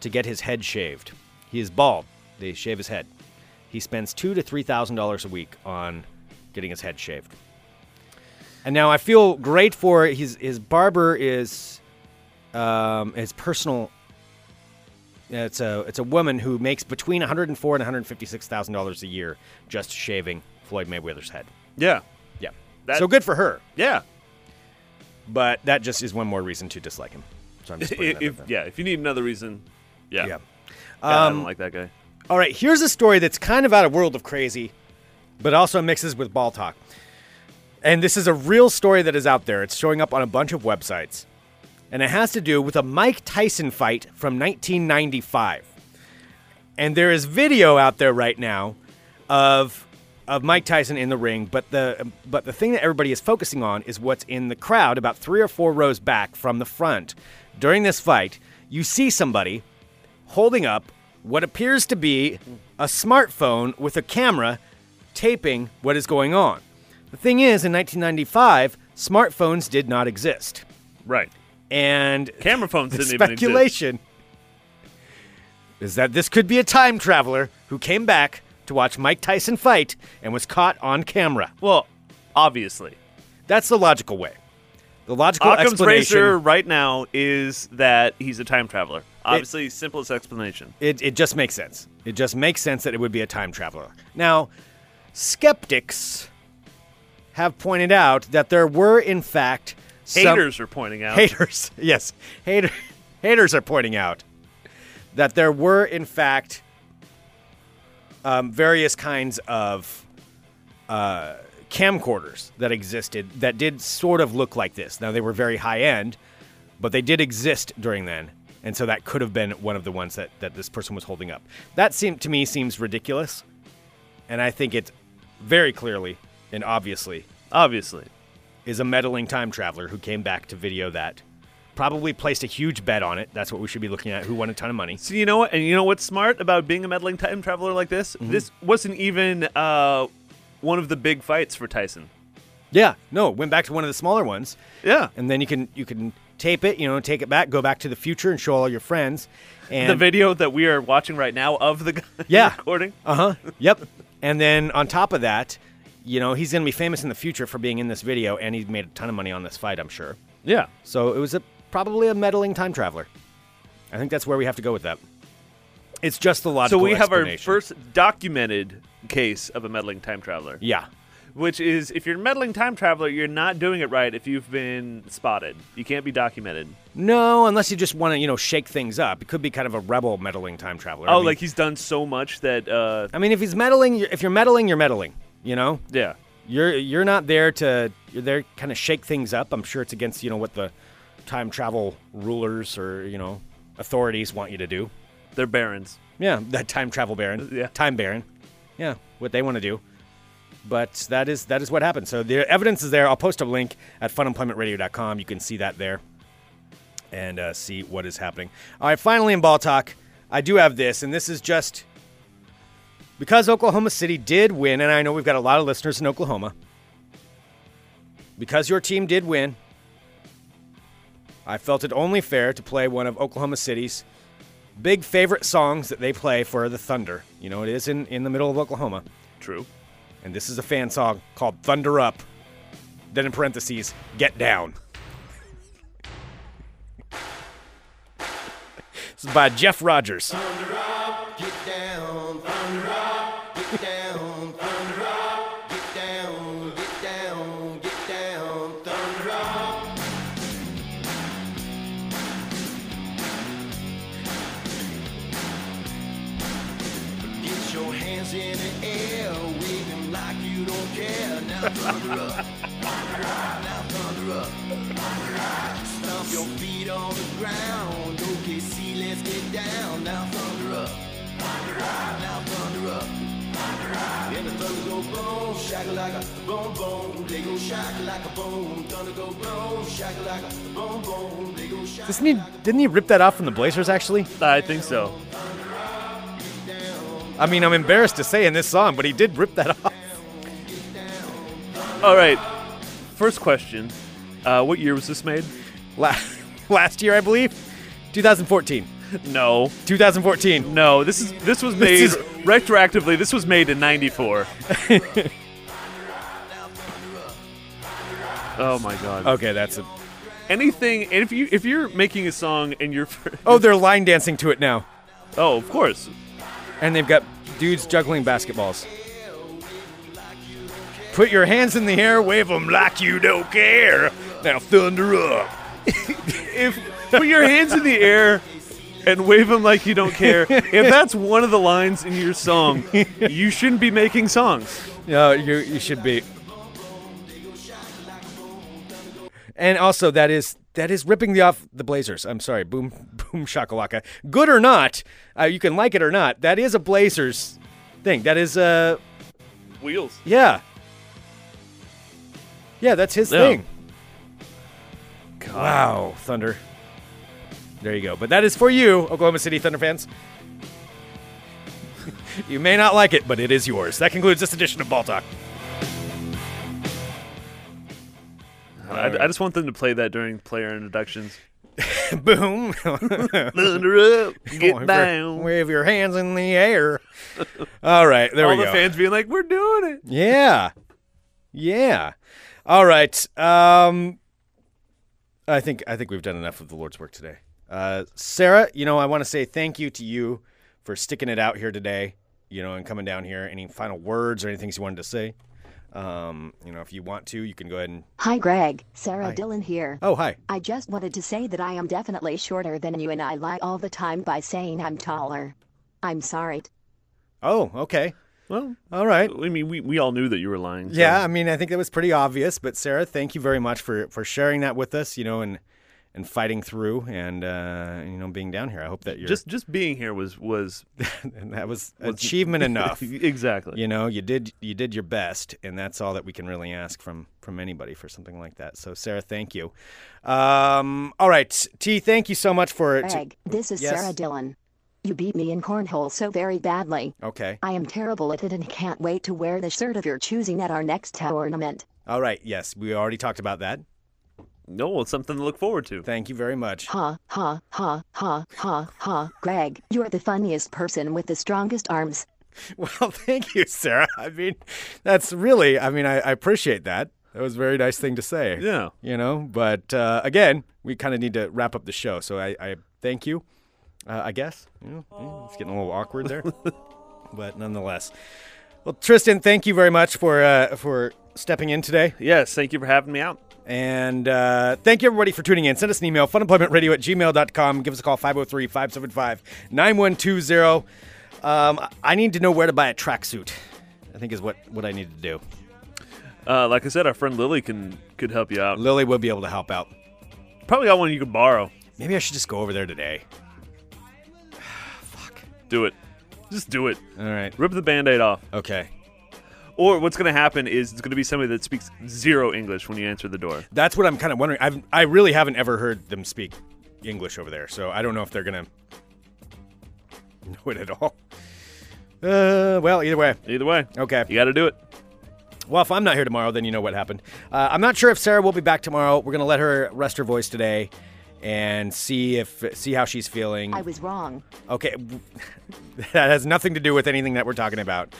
Speaker 5: to get his head shaved. He is bald. They shave his head. He spends two to three thousand dollars a week on getting his head shaved. And now I feel great for his his barber is um, his personal yeah, It's a it's a woman who makes between 104 and 156 thousand dollars a year just shaving Floyd Mayweather's head.
Speaker 6: Yeah.
Speaker 5: Yeah,
Speaker 6: That-
Speaker 5: so good for her.
Speaker 6: Yeah.
Speaker 5: But that just is one more reason to dislike him. So I'm just putting
Speaker 6: If,
Speaker 5: that out
Speaker 6: if-
Speaker 5: there.
Speaker 6: yeah. If you need another reason. Yeah.
Speaker 5: yeah.
Speaker 6: God, I don't
Speaker 5: Um,
Speaker 6: like that guy.
Speaker 5: All right, here's a story that's kind of out of world of crazy, but also mixes with ball talk. And this is a real story that is out there. It's showing up on a bunch of websites. And it has to do with a Mike Tyson fight from 1995. And there is video out there right now of of Mike Tyson in the ring, but the but the thing that everybody is focusing on is what's in the crowd about 3 or 4 rows back from the front. During this fight, you see somebody holding up what appears to be a smartphone with a camera taping what is going on. The thing is, in 1995, smartphones did not exist.
Speaker 6: Right.
Speaker 5: And
Speaker 6: Camera phones
Speaker 5: the
Speaker 6: didn't even exist.
Speaker 5: speculation is that this could be a time traveler who came back to watch Mike Tyson fight and was caught on camera.
Speaker 6: Well, obviously.
Speaker 5: That's the logical way. The logical
Speaker 6: Occam's
Speaker 5: explanation.
Speaker 6: razor right now is that he's a time traveler. Obviously, simplest explanation.
Speaker 5: It, it just makes sense. It just makes sense that it would be a time traveler. Now, skeptics have pointed out that there were, in fact, some-
Speaker 6: Haters are pointing out.
Speaker 5: haters, yes, hater, haters are pointing out that there were, in fact, um, various kinds of uh, camcorders that existed that did sort of look like this. Now they were very high end, but they did exist during then, and so that could have been one of the ones that that this person was holding up. That seemed to me seems ridiculous, and I think it very clearly and obviously
Speaker 6: Obviously.
Speaker 5: is a meddling time traveler who came back to video that probably placed a huge bet on it. That's what we should be looking at. Who won a ton of money?
Speaker 6: So you know what, and you know what's smart about being a meddling time traveler like this?
Speaker 5: Mm-hmm.
Speaker 6: This wasn't even uh, one of the big fights for Tyson.
Speaker 5: Yeah, no, went back to one of the smaller ones,
Speaker 6: Yeah,
Speaker 5: and then you can you can tape it, you know, take it back, go back to the future, and show all your friends. And
Speaker 6: the video that we are watching right now of the guy
Speaker 5: Yeah.
Speaker 6: recording.
Speaker 5: Uh huh. Yep. And then on top of that, you know, he's going to be famous in the future for being in this video, and he made a ton of money on this fight, I'm sure.
Speaker 6: Yeah,
Speaker 5: So it was a, probably a meddling time traveler. I think that's where we have to go with that. It's just the
Speaker 6: so
Speaker 5: logical.
Speaker 6: we have our
Speaker 5: explanation.
Speaker 6: first documented case of a meddling time traveler,
Speaker 5: Yeah.
Speaker 6: which is if you're a meddling time traveler, you're not doing it right if you've been spotted. You can't be documented.
Speaker 5: No, unless you just want to, you know, shake things up. It could be kind of a rebel meddling time traveler. I
Speaker 6: oh,
Speaker 5: mean-
Speaker 6: like he's done so much that uh,
Speaker 5: I mean, if he's meddling, you're- if you're meddling, you're meddling. You know,
Speaker 6: yeah.
Speaker 5: you're you're not there to you're there kind of shake things up. I'm sure it's against you know what the time travel rulers or you know authorities want you to do.
Speaker 6: They're barons.
Speaker 5: Yeah, that time travel baron.
Speaker 6: Yeah.
Speaker 5: time baron. Yeah, what they want to do. But that is that is what happened. So the evidence is there. I'll post a link at funemploymentradio.com. You can see that there and uh, see what is happening. All right, finally in ball talk, I do have this, and this is just because Oklahoma City did win, and I know we've got a lot of listeners in Oklahoma. Because your team did win, I felt it only fair to play one of Oklahoma City's big favorite songs that they play for the Thunder. You know, it is in, in the middle of Oklahoma.
Speaker 6: True.
Speaker 5: And this is a fan song called Thunder Up. Then in parentheses, get down. this is by Jeff Rogers.
Speaker 8: Get your hands in the air, waving like you don't care. Now thunder up, thunder up, now thunder up, thunder up. Stomp your feet on the ground, OKC, let's get down. Now thunder up, thunder up, now thunder up, thunder up. And the thunder go boom, shaka like a boom boom. They go shaka like a boom. Thunder go boom, shaka like a boom boom. They go shaka.
Speaker 5: Doesn't he, didn't he rip that off from the Blazers, actually?
Speaker 6: I think so.
Speaker 5: I mean, I'm embarrassed to say in this song, but he did rip that off.
Speaker 6: All right. First question. Uh, what year was this made?
Speaker 5: La- last year, I believe. 2014.
Speaker 6: No.
Speaker 5: 2014.
Speaker 6: No, this is this was made
Speaker 5: This
Speaker 6: retroactively. This was made in '94. oh my god!
Speaker 5: Okay, that's it.
Speaker 6: Anything if you if you're making a song and you're
Speaker 5: Oh, they're line dancing to it now.
Speaker 6: oh of course
Speaker 5: and they've got dudes juggling basketballs. Put your hands in the air, wave them like you don't care. Now thunder up.
Speaker 6: if put your hands in the air and wave them like you don't care. if that's one of the lines in your song, you shouldn't be making songs.
Speaker 5: No, you you should be. And also, that is that is ripping the off the Blazers. I'm sorry, boom boom shakalaka. Good or not, uh, you can like it or not. That is a Blazers thing. That is uh
Speaker 6: Wheels.
Speaker 5: yeah, yeah. That's his
Speaker 6: Yeah.
Speaker 5: thing. Wow, Thunder. There you go. But that is for you, Oklahoma City Thunder fans. you may not like it, but it is yours. That concludes this edition of Ball Talk.
Speaker 6: I, I just want them to play that during player introductions.
Speaker 5: Boom.
Speaker 6: Thunder up,
Speaker 5: Wave your-
Speaker 6: get down.
Speaker 5: Wave your hands in the air. All right, there
Speaker 6: All
Speaker 5: we
Speaker 6: the
Speaker 5: go.
Speaker 6: fans being like, "We're doing it."
Speaker 5: Yeah. Yeah. All right. Um I think I think we've done enough of the Lord's work today. Uh Sarah, you know, I want to say thank you to you for sticking it out here today, you know, and coming down here. Any final words or anything you wanted to say? Um, you know, if you want to, you can go ahead and
Speaker 4: Hi, Greg. Sarah Dillon here.
Speaker 5: Oh, hi.
Speaker 4: I just wanted to say that I am definitely shorter than you, and I lie all the time by saying I'm taller. I'm sorry.
Speaker 5: Oh, okay.
Speaker 6: Well,
Speaker 5: All right.
Speaker 6: I mean, we, we all knew that you were lying. so-
Speaker 5: Yeah, I mean, I think that was pretty obvious. But Sarah, thank you very much for for sharing that with us. You know, and and fighting through and uh, you know being down here. I hope that you're
Speaker 6: Just just being here was was
Speaker 5: and that was achievement enough.
Speaker 6: exactly.
Speaker 5: You know, you did you did your best, and that's all that we can really ask from from anybody for something like that. So, Sarah, thank you. Um, all right, T, thank you so much for it.
Speaker 4: Greg, this is
Speaker 5: Yes.
Speaker 4: Sarah Dillon. You beat me in cornhole so very badly.
Speaker 5: Okay.
Speaker 4: I am terrible at it and can't wait to wear the shirt of your choosing at our next tournament.
Speaker 5: All right. Yes, we already talked about that.
Speaker 6: No, well, it's something to look forward to.
Speaker 5: Thank you very much.
Speaker 4: Ha, ha, ha, ha, ha, ha. Greg, you're the funniest person with the strongest arms.
Speaker 5: Well, thank you, Sarah. I mean, that's really. I mean, I, I appreciate that. That was a very nice thing to say.
Speaker 6: Yeah.
Speaker 5: You know, but uh, again, we kind of need to wrap up the show. So I, I thank you. Uh, I guess you know, yeah, it's getting a little awkward there, but nonetheless. Well, Tristan, thank you very much for uh, for stepping in today.
Speaker 6: Yes, thank you for having me out.
Speaker 5: And uh, thank you, everybody, for tuning in. Send us an email, funemploymentradio at gmail.com. Give us a call, 503 575 9120. Um, I need to know where to buy a tracksuit, I think is what, what I need to do.
Speaker 6: Uh, like I said, our friend Lily can could help you out.
Speaker 5: Lily would be able to help out.
Speaker 6: Probably got one you could borrow.
Speaker 5: Maybe I should just go over there today.
Speaker 6: Do it. Just do it.
Speaker 5: All right.
Speaker 6: Rip the band-aid off.
Speaker 5: Okay.
Speaker 6: Or what's going to happen is it's going to be somebody that speaks zero English when you answer the door.
Speaker 5: That's what I'm kind of wondering. I've, I really haven't ever heard them speak English over there, so I don't know if they're going to know it at all. Uh, well, either way.
Speaker 6: Either way,
Speaker 5: Okay.
Speaker 6: you got to do it.
Speaker 5: Well, if I'm not here tomorrow, then you know what happened. Uh, I'm not sure if Sarah will be back tomorrow. We're gonna let her rest her voice today, and see if see how she's feeling.
Speaker 4: I was wrong.
Speaker 5: okay, that has nothing to do with anything that we're talking about.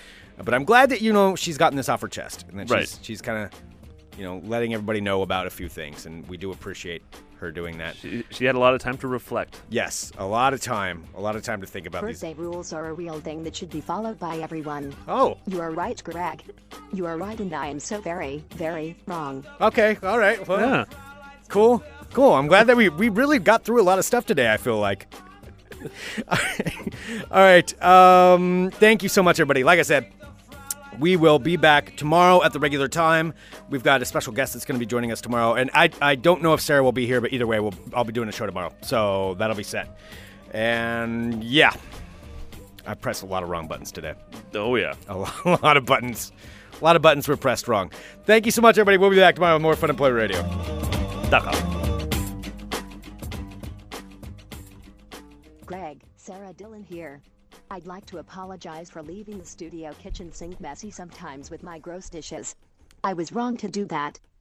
Speaker 5: But I'm glad that you know she's gotten this off her chest, and that she's
Speaker 6: Right.
Speaker 5: she's kind of you know letting everybody know about a few things, and we do appreciate her doing that.
Speaker 6: She, she had a lot of time to reflect.
Speaker 5: yes, a lot of time, a lot of time to think about these.
Speaker 4: Birthday rules are a real thing that should be followed by everyone.
Speaker 5: Oh,
Speaker 4: You are right, Greg. You are right, and I am so very, very wrong.
Speaker 5: okay, all right, well,
Speaker 6: Yeah.
Speaker 5: Cool. Cool. I'm glad that we, we really got through a lot of stuff today, I feel like. All right. Um, thank you so much, everybody. Like I said, we will be back tomorrow at the regular time. We've got a special guest that's going to be joining us tomorrow. And I, I don't know if Sarah will be here, but either way, we'll, I'll be doing a show tomorrow. So that'll be set. And yeah, I pressed a lot of wrong buttons today.
Speaker 6: Oh yeah.
Speaker 5: A lo- a lot of buttons. A lot of buttons were pressed wrong. Thank you so much, everybody. We'll be back tomorrow with more Fun Employee Radio.
Speaker 6: Duck off.
Speaker 4: Greg, Sarah Dillon here. I'd like to apologize for leaving the studio kitchen sink messy sometimes with my gross dishes. I was wrong to do that.